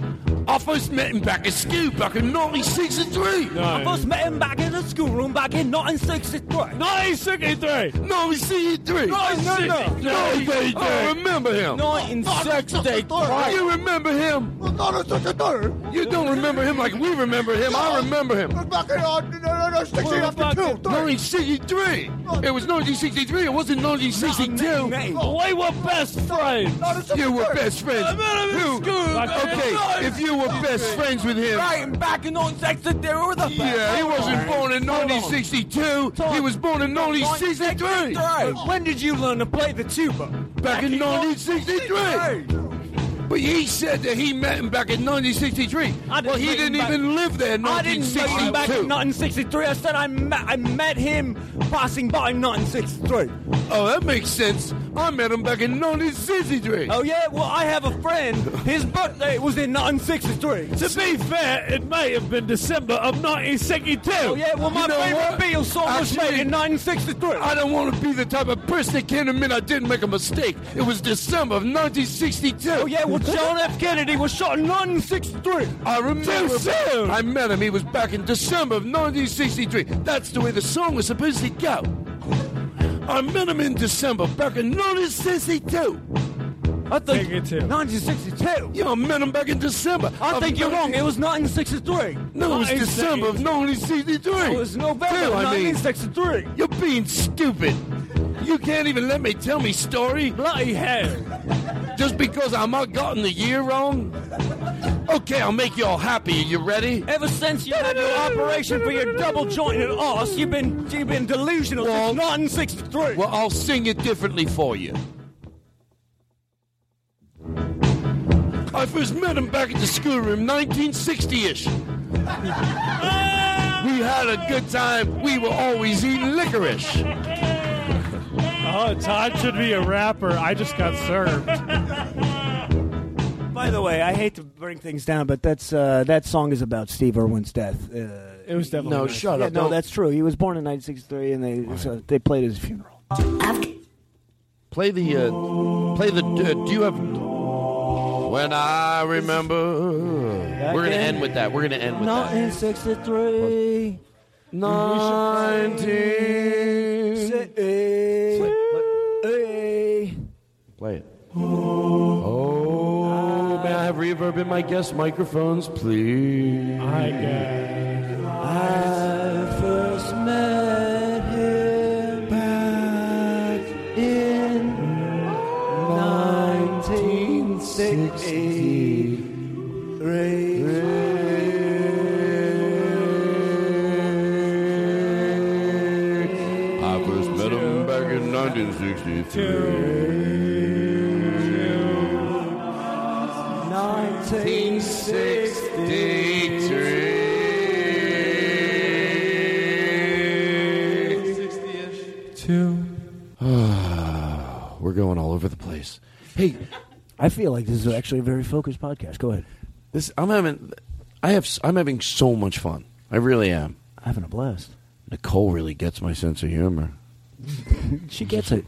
I first met him back in school back in 1963.
I first met him back in the schoolroom back in 1963.
1963.
1963. I remember him.
1963.
You remember him. You don't remember him like we remember him. I remember him.
Back in 1963 after two.
1963. It was 1963. It wasn't 1962.
We were best friends.
You were best friends. Who?
Back
Okay,
in
if you were best friends with him.
Right, and back in 1963, we were the best.
Yeah, he wasn't
friends.
born in 1962. He was born in 1963.
When
did you learn to play the tuba?
Back in 1963. But he said that he met him back in 1963.
I didn't
Well, he
meet him
didn't
back-
even live there in
I didn't meet him back in
1962.
1963. I said I met, I met him passing by in 1963.
Oh, that makes sense. I met him back in 1963.
Oh yeah, well I have a friend. His birthday was in 1963.
To be fair, it may have been December of 1962.
Oh yeah, well my
You know
favorite
what?
Beatles song was made
Actually-
in 1963.
I don't want to be the type of person that can't admit I didn't make a mistake. It was December of 1962.
Oh yeah, well John F. Kennedy was shot in 1963.
I remember.
Too soon.
I met him. He was back in December of 1963. That's the way the song was supposed to go. I met him in December back in 1962.
I think
Take it too.
1962.
Yeah, I met him back in December.
I
of
think you're wrong.
19
It was 1963.
No, it was December of 1963.
It was Oh, November
Two,
of
I mean.
1963.
You're being stupid. You can't even let me tell me story
Bloody hell.
just because I might gotten the year wrong. Okay, I'll make y'all happy. You ready?
Ever since you had your operation for your double jointed arse, you've been you've been delusional
Well-
since 1963.
Well, I'll sing it differently for you. I first met him back at the schoolroom, 1960-ish. we had a good time. We were always eating licorice.
Oh, Todd should be a rapper. I just got served.
By
By the way, I hate to bring things down, but that's uh, that song is about Steve Irwin's death. Uh,
It was definitely
no,
nice.
shut
Yeah,
up.
no,
No, that's true. He was born in 1963, and they so they played his funeral.
Play the uh, play the. Uh, do you have? When I remember, we're gonna end with that. We're gonna end with that.
1963, 1963.
Play it. Oh, may I have reverb in my guest microphones, please? I guess.
I first met him back in 1963.
I first met him back in 1963.
1963.
We're going all over the place. Hey,
I feel like this is actually a very focused podcast. Go ahead.
This I'm having, I have, s- I'm having so much fun. I really am.
Having a blast.
Nicole really gets my sense of humor.
she gets it.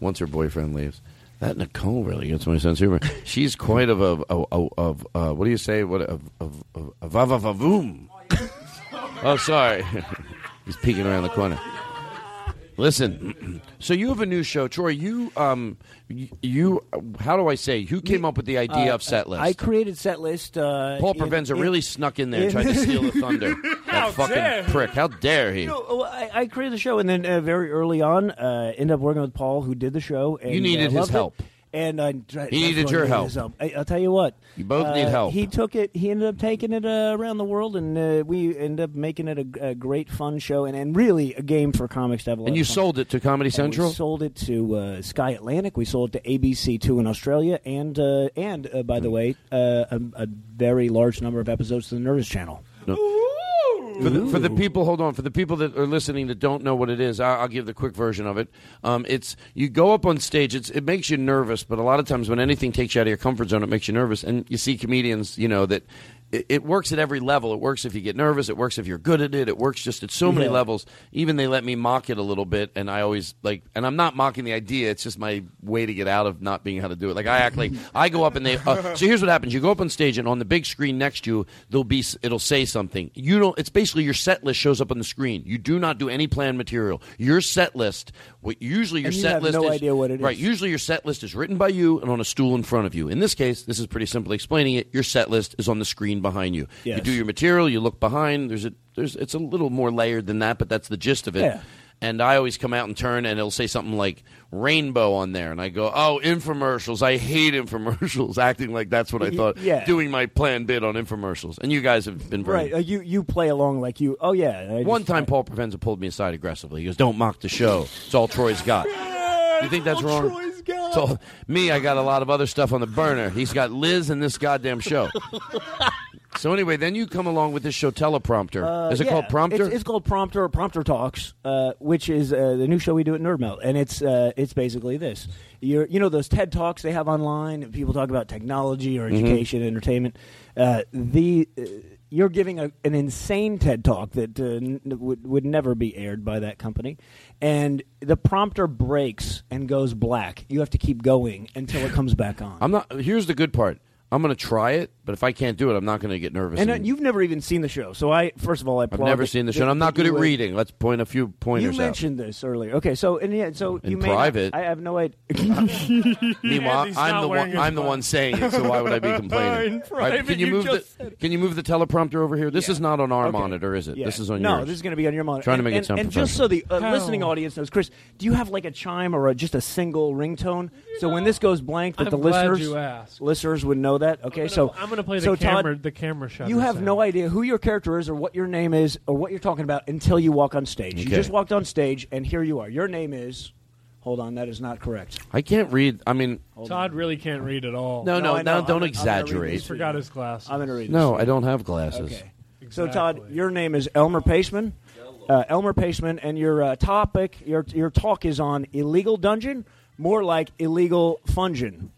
Once her boyfriend leaves, that Nicole really gets my sense of humor. She's quite of a, a, a of uh, what do you say? What of of of a vavavavoom. Oh, sorry. He's peeking around the corner. Listen, so you have a new show, Troy. You, um, y- you, how do I say? Who came up with the idea
Uh,
of set list?
I created set list. Uh,
Paul
in-
Provenza
in-
really snuck in there and
in-
tried to steal the thunder.
How
that fucking
dare he.
prick! How dare he?
You know, oh, I, I created the show, and then uh, very early on, uh, ended up working with Paul, who did the show. And,
You needed
uh,
his
loved it.
help.
And uh, I, tried-
He needed
I
your help.
his I, will tell you what.
You both need
uh,
help.
He took it. He ended up taking it uh, around the world, and uh, we ended up making it a, a great, fun show, and, and really a game for comics to have a lot
and you
of fun.
sold it to Comedy
And we
Central.
sold it to uh, Sky Atlantic. We sold it to ABC Two in Australia, and uh, and uh, by the
Hmm.
way, uh, a, a very large number of episodes to the Nerdist Channel.
For the, for the people, hold on. For the people that are listening that don't know what it is, I, I'll give the quick version of it. Um, it's you go up on stage. It's, it makes you nervous, but a lot of times when anything takes you out of your comfort zone, it makes you nervous. And you see comedians, you know that it, it works at every level. It works if you get nervous. It works if you're good at it. It works just at so many
Yeah.
levels. Even they let me mock it a little bit, and I always like. And I'm not mocking the idea. It's just my way to get out of not being how to do it. Like I act like I go up and they. Uh, so here's what happens: you go up on stage, and on the big screen next to you, there'll be it'll say something. You don't. It's basically your set list shows up on the screen. You do not do any planned material. Your set list. What usually your
And you
set
have
list
no
is
idea what it
right.
is.
Usually your set list is written by you and on a stool in front of you. In this case, this is pretty simple explaining it. Your set list is on the screen behind you. You
Yes.
do your material. You look behind. There's a there's it's a little more layered than that, but that's the gist of it.
Yeah.
And I always come out and turn, and it'll say something like "rainbow" on there, and I go, "Oh, infomercials! I hate infomercials." Acting like that's what I
Y-
thought.
yeah.
Doing my planned bid on infomercials, and you guys have been very.
Right, uh, you you play along like you. Oh yeah, I
One time, Paul Provenza pulled me aside aggressively. He goes, "Don't mock the show. It's all Troy's got." You think that's wrong? It's all- me, I got a lot of other stuff on the burner. He's got Liz and this goddamn show. so anyway, then you come along with this show teleprompter.
Uh,
Is it
yeah,
called prompter?
It's, it's called Prompter or Prompter Talks, uh, which is uh, the new show we do at Nerd Melt, and it's uh, it's basically this. You're, you know those TED Talks they have online, and people talk about technology or
Mhm.
Mm-hmm.
education, entertainment. Uh, the uh, you're giving a, an insane TED Talk that uh, n- would would never be aired by that company, and the prompter breaks and goes black. You have to keep going until it comes back on.
I'm not. Here's the good part. I'm going to try it, but if I can't do it, I'm not going to get nervous.
And uh,
and-
you've never even seen the show, so I first of all I
I've
applaud
never
that-
seen the
that-
show. and I'm
that
not good at
you would-
reading. Let's point a few pointers
You mentioned this earlier. Okay, so and yeah, so
In
you may not-
private.
I have no idea.
out. Meanwhile, I'm the one. I'm the one saying it. So why would I be complaining?
In
All right,
private,
can you,
you
move
just
the? Can you move the teleprompter over here? This is not on our monitor, is it?
Yeah.
This is on
no,
yours.
this is going to be on your monitor.
Trying to
And-
make it
and,
sound
And just so the uh,
professional.
listening audience knows, Chris, do you have like a chime or a, just a single ringtone? so when this goes blank, that
I'm
the
glad
listeners
you asked.
listeners would know that. Okay, so
I'm gonna play the
so Todd,
camera- the camera shutter
You have
sound.
no idea who your character is or what your name is or what you're talking about until you walk on stage. You
Okay.
just walked on stage, and here you are. Your name is. Hold on, that is not correct.
I can't read. I mean,
Todd really can't read at all.
No, no, No, I no, know. don't I'm- I'm gonna read exaggerate.
He
this to you.
forgot his glasses.
I'm going to read this.
no, I don't have glasses.
Okay. So Todd, your name is Elmer Paceman. Uh, Elmer Paceman, and your uh, topic, your your talk is on illegal dungeon, more like illegal fungin.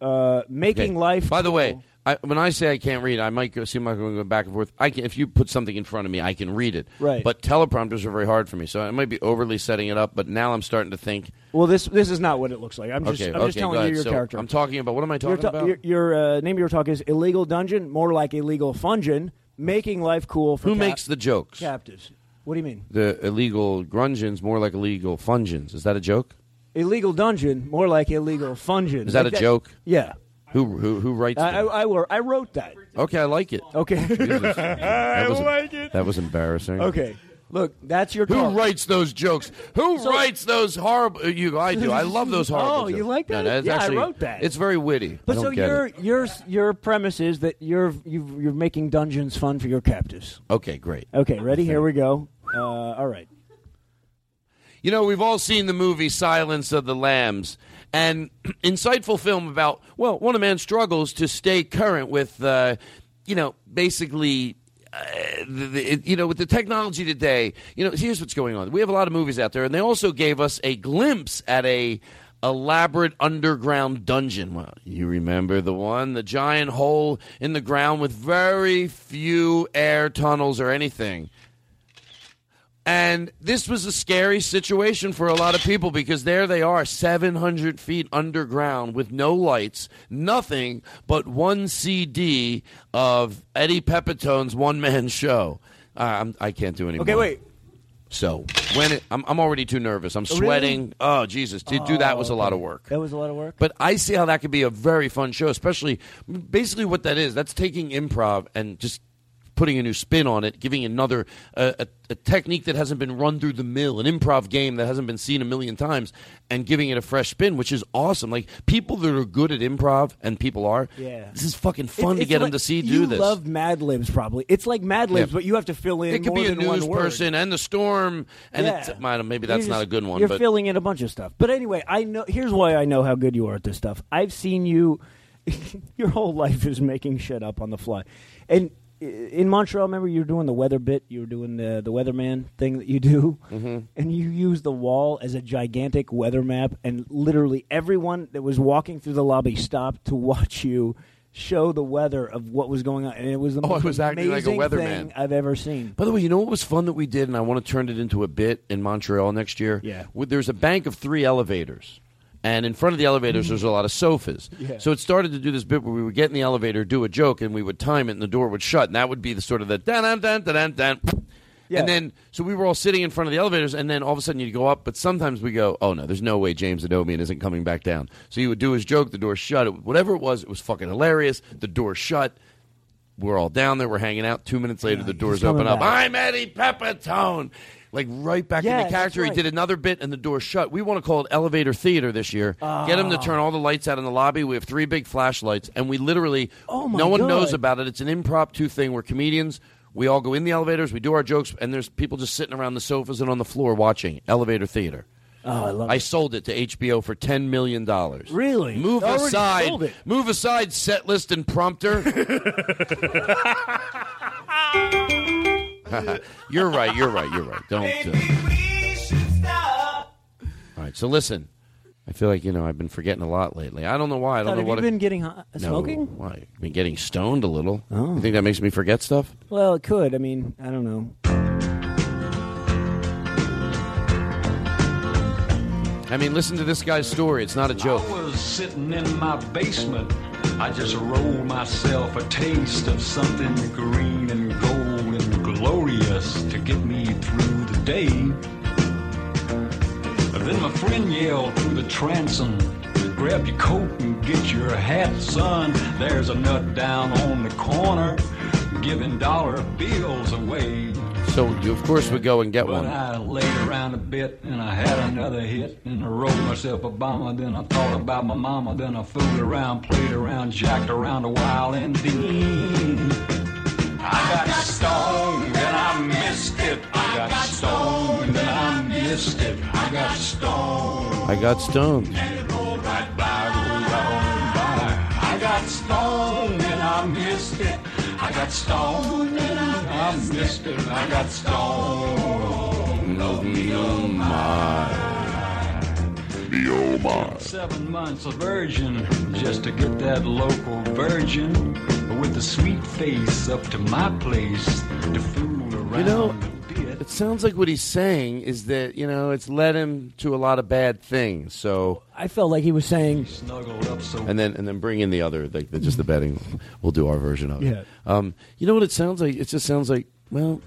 uh, making
Okay.
life.
By the way, I, when I say I can't read, I might go, seem like I'm going back and forth. I can, if you put something in front of me, I can read it.
Right.
But teleprompters are very hard for me, so I might be overly setting it up. But now I'm starting to think.
Well, this this is not what it looks like. I'm just
okay,
I'm
okay,
just
go
telling you
ahead.
your
So
character.
I'm talking about what am I
Your,
talking
ta-
about?
your, your uh, name of your talk is illegal dungeon, more like illegal fungin, making life cool for
Who
cap-
makes the jokes?
Captives. What do you mean?
the illegal grungeons more like illegal fungeons. Is that a joke?
Illegal dungeon, more like illegal fungin.
Is that a
Like
joke?
Yeah.
Who who who writes?
I, I,
that?
I, were- I wrote that.
okay, I like it.
Okay. I
was,
like it.
That was embarrassing.
Okay. Look, that's your
Who
call.
writes those jokes? Who writes those horrible? You, I do. I love those horrible.
Oh, you
jokes.
like
No,
that?
no, it's
Yeah, I
actually-
wrote that.
It's very witty. I
But
don't
so
get
your
it.
your your premise is that you're you you're making dungeons fun for your captives.
Okay, great.
Okay, ready? Here we go. Uh, all right.
You know, we've all seen the movie Silence of the Lambs, an insightful film about, well, when a man struggles to stay current with, uh, you know, basically. Uh, the, the, it- you know, with the technology today, you know, here's what's going on. We have a lot of movies out there, and they also gave us a glimpse at a elaborate underground dungeon. Well, you remember the one, the giant hole in the ground with very few air tunnels or anything. And this was a scary situation for a lot of people because there they are, 700 feet underground with no lights, nothing but one CD of Eddie Pepitone's one man show. Uh, I'm, I can't do anymore.
Okay, wait.
So when it, I'm, I'm already too nervous. I'm
Oh, really?
sweating. Oh, Jesus! To do that was a lot of work.
Oh, That was a lot of work.
But I see how that could be a very fun show, especially basically what that is. That's taking improv and just putting a new spin on it, giving another uh, a, a technique that hasn't been run through the mill, an improv game that hasn't been seen a million times, and giving it a fresh spin, which is awesome. Like people that are good at improv, and people are.
Yeah.
this is fucking fun
It's-
to
it's
get them
like-
to see do
you
this.
love Mad Libs, probably. It's like Mad Libs,
Yeah.
but you have to fill in.
it could
more
be a
than one
news
word.
person and the storm, and
Yeah.
it's, I don't, maybe
You're
that's not
just-
a good one.
You're
but
filling in a bunch of stuff. But anyway, I know. Here's why I know how good you are at this stuff. I've seen you. your whole life is making shit up on the fly, and i- in Montreal, remember you were doing the weather bit. You were doing the the weatherman thing that you do,
Mm-hmm.
Mhm.
and you used the wall as a gigantic weather map. And literally everyone that was walking through the lobby stopped to watch you. Show the weather of what was going on, and it was the
Oh, I
most
was acting like a
amazing
weatherman.
thing I've ever seen.
By the way, you know what was fun that we did, and I want to turn it into a bit in Montreal next year.
Yeah.
Well, There's a bank of three elevators, and in front of the elevators, there's a lot of sofas.
Yeah.
So it started to do this bit where we would get in the elevator, do a joke, and we would time it, and the door would shut, and that would be the sort of the da dun dun dun dun.
Yeah.
And then, so we were all sitting in front of the elevators, and then all of a sudden you'd go up, but sometimes we go, oh no, there's no way James Adomian isn't coming back down. So you would do his joke, the door shut, it, whatever it was, it was fucking hilarious. The door shut, we're all down there, we're hanging out. Two minutes later, the doors
coming
open up.
back.
I'm Eddie Pepitone. Like right back
Yeah,
into
that's
character.
right.
He did another bit and the door shut. We want to call it Elevator Theater this year. Get him to
Ah.
turn all the lights out in the lobby. We have three big flashlights and we literally,
Oh, my
no one
God.
knows about it. It's an impromptu thing. We're comedians. We all go in the elevators, we do our jokes, and there's people just sitting around the sofas and on the floor watching Elevator Theater.
Oh, I love
I sold it to HBO for $10 million.
Really?
Move
Already sold
aside.
it.
Move aside set list and prompter. you're right. You're right. You're right. Don't. Uh... All right. So listen, I feel like you know I've been forgetting a lot lately. I don't know why. I don't
Todd,
know
have
what.
you
it-
been getting hot,
No,
smoking? Oh.
why? I've been getting stoned a little. You think that makes me forget stuff?
Well, it could. I mean, I don't know.
I mean, listen to this guy's story. It's not a joke.
I was sitting in my basement. I just rolled myself a taste of something green and gold and glorious to get me through the day. And then my friend yelled through the transom, grab your coat and get your hat, son. There's a nut down on the corner giving dollar bills away.
So you of course would go and get
But
one.
I laid around a bit and I had another hit and I rolled myself a bomber. Then I thought about my mama. Then I fooled around, played around, jacked around a while, and then I got stoned and I missed it. I got stoned and I missed it. I got stoned.
I got stoned.
Rolled right by, rolled on by. I got stoned and I missed it. I got stoned and I missed it. I got stoned.
No, no, my.
me, oh my.
Seven months a virgin just to get that local virgin with a sweet face up to my place to fool around.
You know, it sounds like what he's saying is that, you know, it's led him to a lot of bad things. So
I felt like he was saying,
snuggled up so
and then and then bring in the other like the, just the betting we'll do our version of it
Yeah.
um, you know what it sounds like it just sounds like well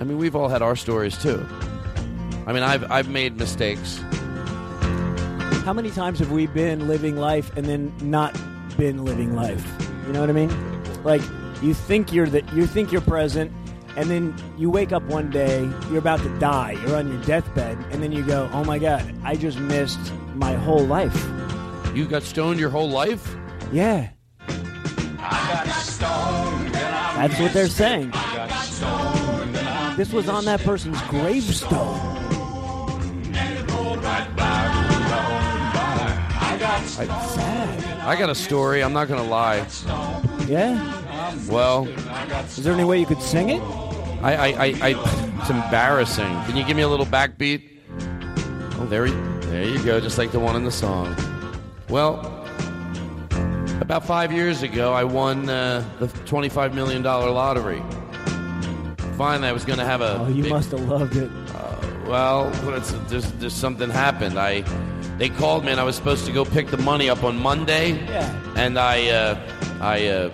i mean we've all had our stories too i mean i've i've made mistakes
How many times have we been living life and then not been living life? You know what I mean? Like you think you're that you think you're present and then you wake up one day, you're about to die, you're on your deathbed, and then you go, Oh my god, I just missed my whole life.
You got stoned your whole life?
Yeah. That's what they're saying. This was on that person's gravestone.
I, I got a story i'm not gonna lie
Yeah?
well
is there any way you could sing it
i i i, I it's embarrassing can you give me a little backbeat oh there he, there you go just like the one in the song well about five years ago, I won uh, the $25 million lottery. Finally, I was going to have a.
Oh, you
big- Uh,
must have loved it.
Well, it's, there's, there's something happened. I they called me and I was supposed to go pick the money up on Monday.
Yeah.
And I uh, I uh,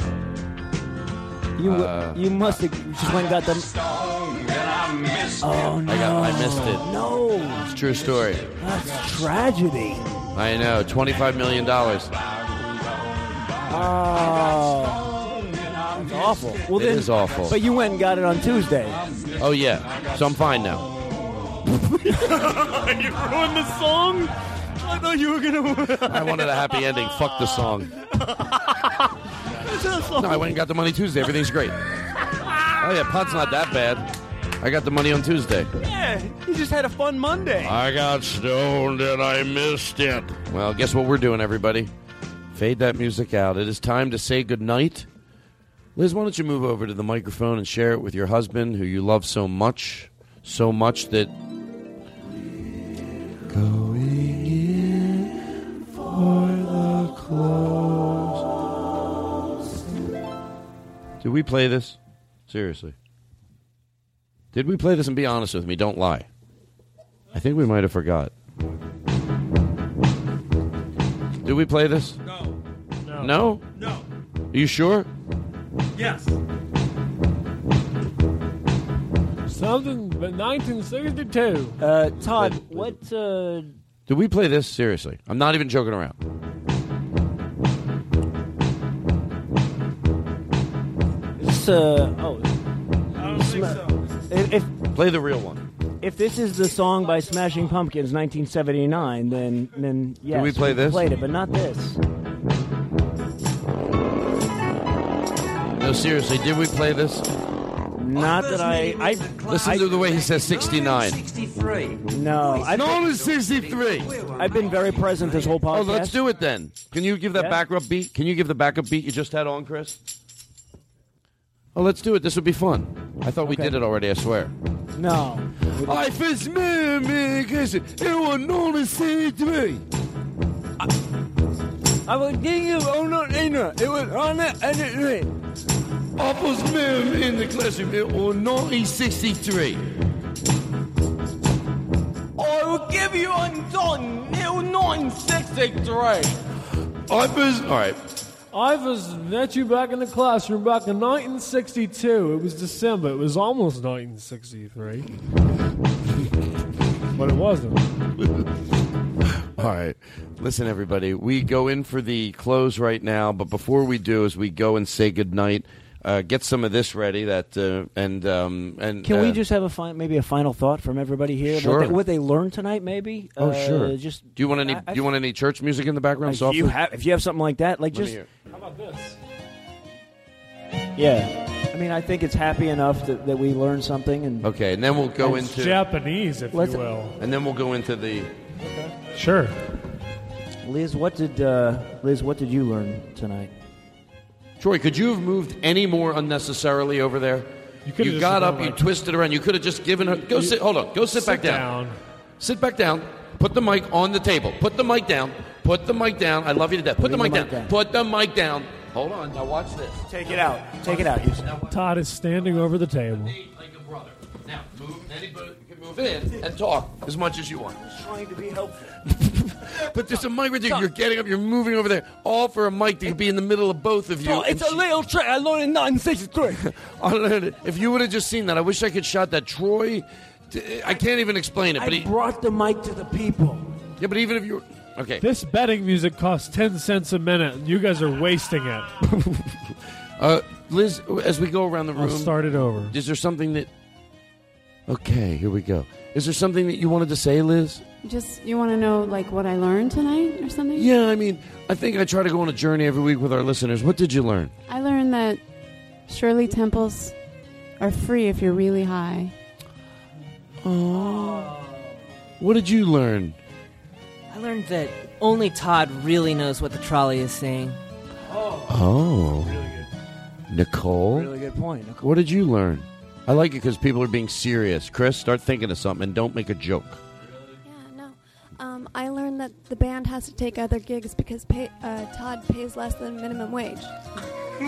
You
Uh,
you must have you just went and got the. Oh no!
I got I missed it.
No, Ah.
It's a true story.
that's tragedy.
I know. Twenty five million dollars.
Oh, that's awful. Well,
It
then,
is awful.
But you went and got it on Tuesday.
Oh yeah. So I'm fine now.
you ruined the song? I thought you were gonna.
I wanted a happy ending. Fuck the song. No, I went and got the money Tuesday. Everything's great. Oh yeah, pot's not that bad. I got the money on Tuesday.
Yeah, you just had a fun Monday.
I got stoned and I missed it. Well, guess what we're doing, everybody? Fade that music out. It is time to say goodnight. Liz, why don't you move over to the microphone and share it with your husband, who you love so much, so much that. Going in for the close. Did we play this? Seriously. Did we play this and be honest with me? Don't lie. I think we might have forgot. Did we play this?
No.
No? No. Are you sure?
Yes.
Something, but 1962.
Uh, Todd, what? Uh,
Did we play this? Seriously. I'm not even joking around.
is this, uh, oh. If, if
Play the real one.
if this is the song by Smashing Pumpkins, 1979, then then yes,
we play this?
Played it, but not this.
No, seriously. Did we play this?
Not that I I
Listen to the way he says 69.
Sixty-three.
No, I've
No, it's 63.
I've been very present this whole podcast.
Oh, let's do it then. Can you give that
Yeah.
backup beat? Can you give the backup beat you just had on, Chris? Oh, let's do it. This would be fun. I thought we did it already, I swear.
No.
Life is me, me, Chris. You will not see me.
I will give you oh no, no, it was on it and it
Apple's Moon in the classroom or 1963.
I will give you undone, nil nine six eight three.
I was all right.
I was met you back in the classroom back in 1962. It was December. It was almost 1963, but it wasn't.
All right. Listen, everybody, we go in for the close right now, but before we do, is we go and say goodnight, uh, get some of this ready. That uh, and um, and
Can we
uh,
just have a fi- maybe a final thought from everybody here?
Sure.
What they, what they learned tonight, maybe.
Oh,
Uh,
sure.
Just
do you want any? do you want any church music in the background?
Like, if you
softly?
have if you have something like that, like
Let me
just
hear.
How about this?
yeah. I mean, I think it's happy enough that, that we learned something and
Okay, and then we'll go
It's
into
Japanese, if
Let's-
you will.
and then we'll go into the.
Sure.
Liz, what did uh, Liz? What did you learn tonight?
Troy, could you have moved any more unnecessarily over there? You,
could've just
got
gone
up, you
like-
twisted around, you could have just given her. Go sit. Hold on. Go sit,
Sit
back down.
down.
Sit back down. Put the mic on the table. Put the mic down. Put the mic down. I love you to death. Put the mic,
Bring the
down.
mic down.
Put the mic down. Hold on. Now watch this.
Take it out. Take it out. Houston.
Todd is standing over the table.
Now move. Anybody can move in and talk as much as you want.
Trying to be helpful.
But there's a mic right there. You're getting up. You're moving over there. All for a mic that could be in the middle of both of you.
Tom, it's a
little trick. I learned it in 1963. I learned it. If you would have just seen that, I wish I could shot that. Troy, d- I can't even explain it.
I
but he,
brought the mic to the people.
yeah, but even if you, okay.
This betting music costs 10 cents a minute, and you guys are wasting it.
Uh, Liz, as we go around the
I'll
room,
start it over.
Is there something that? Okay, here we go. Is there something that you wanted to say, Liz?
Just you want to know like what I learned tonight or something?
Yeah, I mean, I think I try to go on a journey every week with our listeners. What did you learn?
I learned that Shirley temples are free if you're really high.
Oh. What did you learn?
I learned that only Todd really knows what the trolley is saying.
Oh, Nicole.
Really good point, Nicole.
What did you learn? I like it because people are being serious. Chris, start thinking of something and don't make a joke.
Um, I learned that the band has to take other gigs because pay, uh, Todd pays less than minimum wage.
Is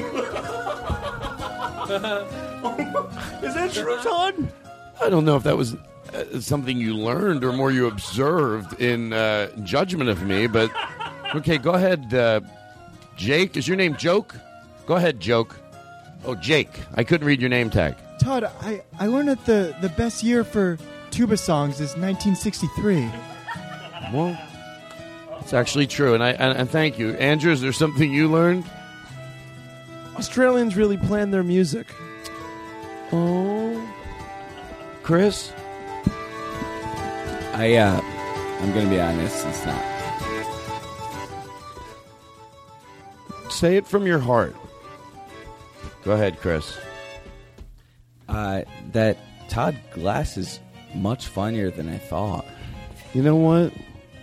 that true, Todd?
I don't know if that was uh, something you learned or more you observed in uh, judgment of me, but okay, go ahead, uh, Jake. Is your name Joke? Go ahead, Joke. Oh, Jake. I couldn't read your name tag.
Todd, I, I learned that the, the best year for tuba songs is 1963.
Well, it's actually true, and I and, and thank you, Andrew. Is there something you learned?
Australians really plan their music.
Oh. Chris?
I, uh, I'm going to be honest, it's not.
Say it from your heart. Go ahead, Chris.
Uh, that Todd Glass is much funnier than I thought.
You know what?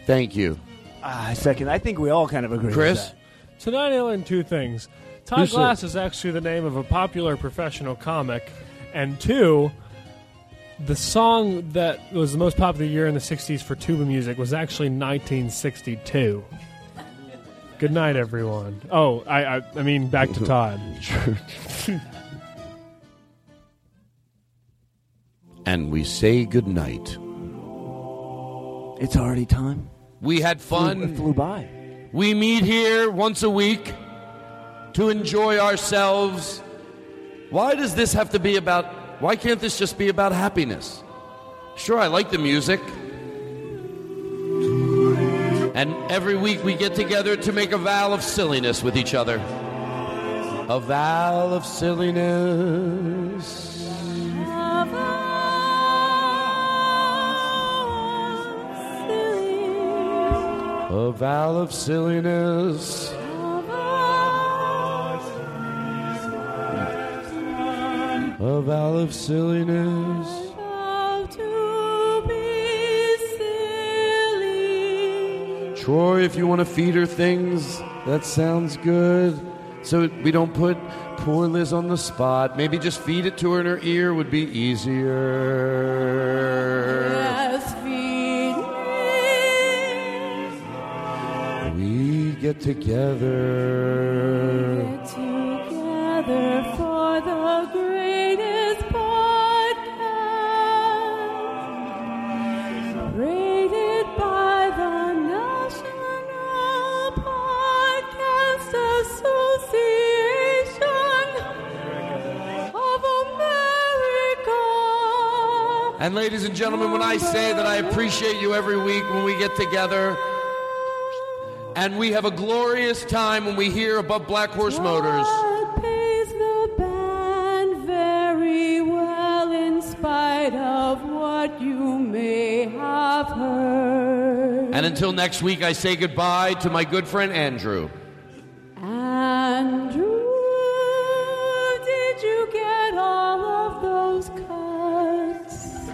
Thank you.
Ah, second. I think we all kind of agree.
Chris?
with
Tonight I learned two things. Todd
Who said-
Glass is actually the name of a popular professional comic, and two, the song that was the most popular year in the 60s for tuba music was actually 1962. Good night, everyone. Oh, I, I, I mean, back to Todd.
And we say goodnight.
that. It's already time.
We had fun.
Flew, flew by.
We meet here once a week to enjoy ourselves. Why does this have to be about? Why can't this just be about happiness? Sure, I like the music. And every week we get together to make a vow of silliness with each other. A vow of silliness. A vow of silliness. A vow of silliness. Troy, if you want to feed her things, that sounds good. So we don't put poor Liz on the spot. Maybe just feed it to her in her ear would be easier. We get together.
Together for the greatest podcast, rated by the National Podcast Association of America.
And ladies and gentlemen, when I say that I appreciate you every week when we get together and we have a glorious time when we hear above Black Horse Motors.
pays the band very well in spite of what you may have heard.
And until next week, I say goodbye to my good friend Andrew.
Andrew, did you get all of those cuts?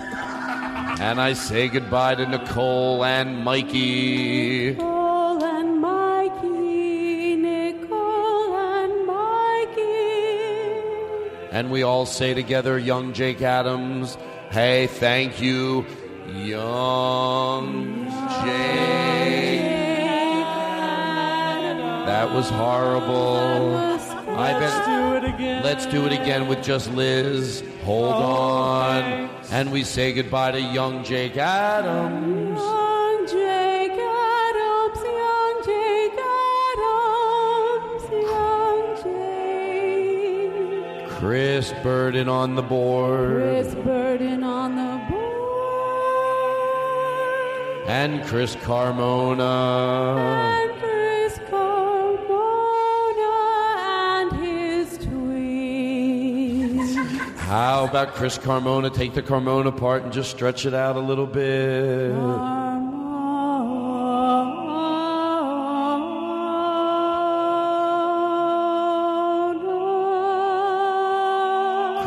And I say goodbye to Nicole and Mikey.
Nicole and Mikey, Nicole and Mikey.
And we all say together, young Jake Adams, hey, thank you. Young Jake. That was horrible. I bet. Let's do it again. Oh, Let's do it again with just Liz. Hold on. And we say goodbye to young Jake Adams.
Young Jake Adams, young Jake Adams, young Jake.
Chris Burden on the board.
Chris Burden on the board.
And Chris Carmona.
And Chris Carmona and his tweets.
How about Chris Carmona? Take the Carmona part and just stretch it out a little bit.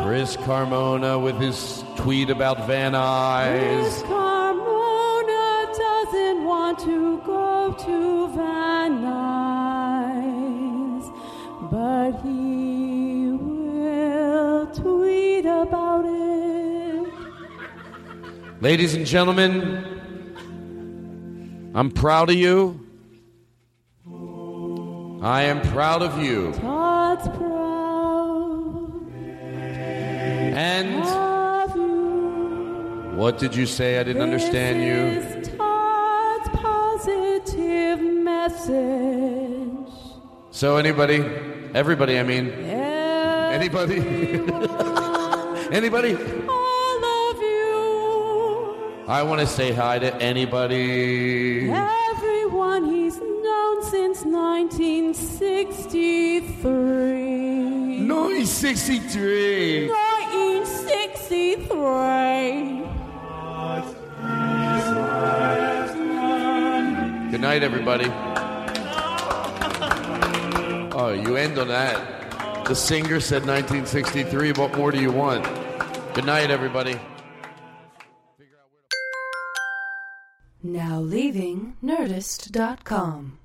Chris Carmona with his tweet about Van
Chris
Nuys.
Carmona doesn't want to go to Van Nuys, but he will tweet about it.
Ladies and gentlemen, I'm proud of you. I am proud of you.
Todd's proud
And
of you.
what did you say? I didn't understand you.
This is Todd's positive message.
So, anybody, everybody, I mean, anybody, anybody,
All of you,
I want to say hi to anybody.
everyone he's known since 1963.
1963.
1963.
Good night, everybody. Oh, you end on that. The singer said 1963. What more do you want? Good night, everybody.
Now leaving Nerdist.com.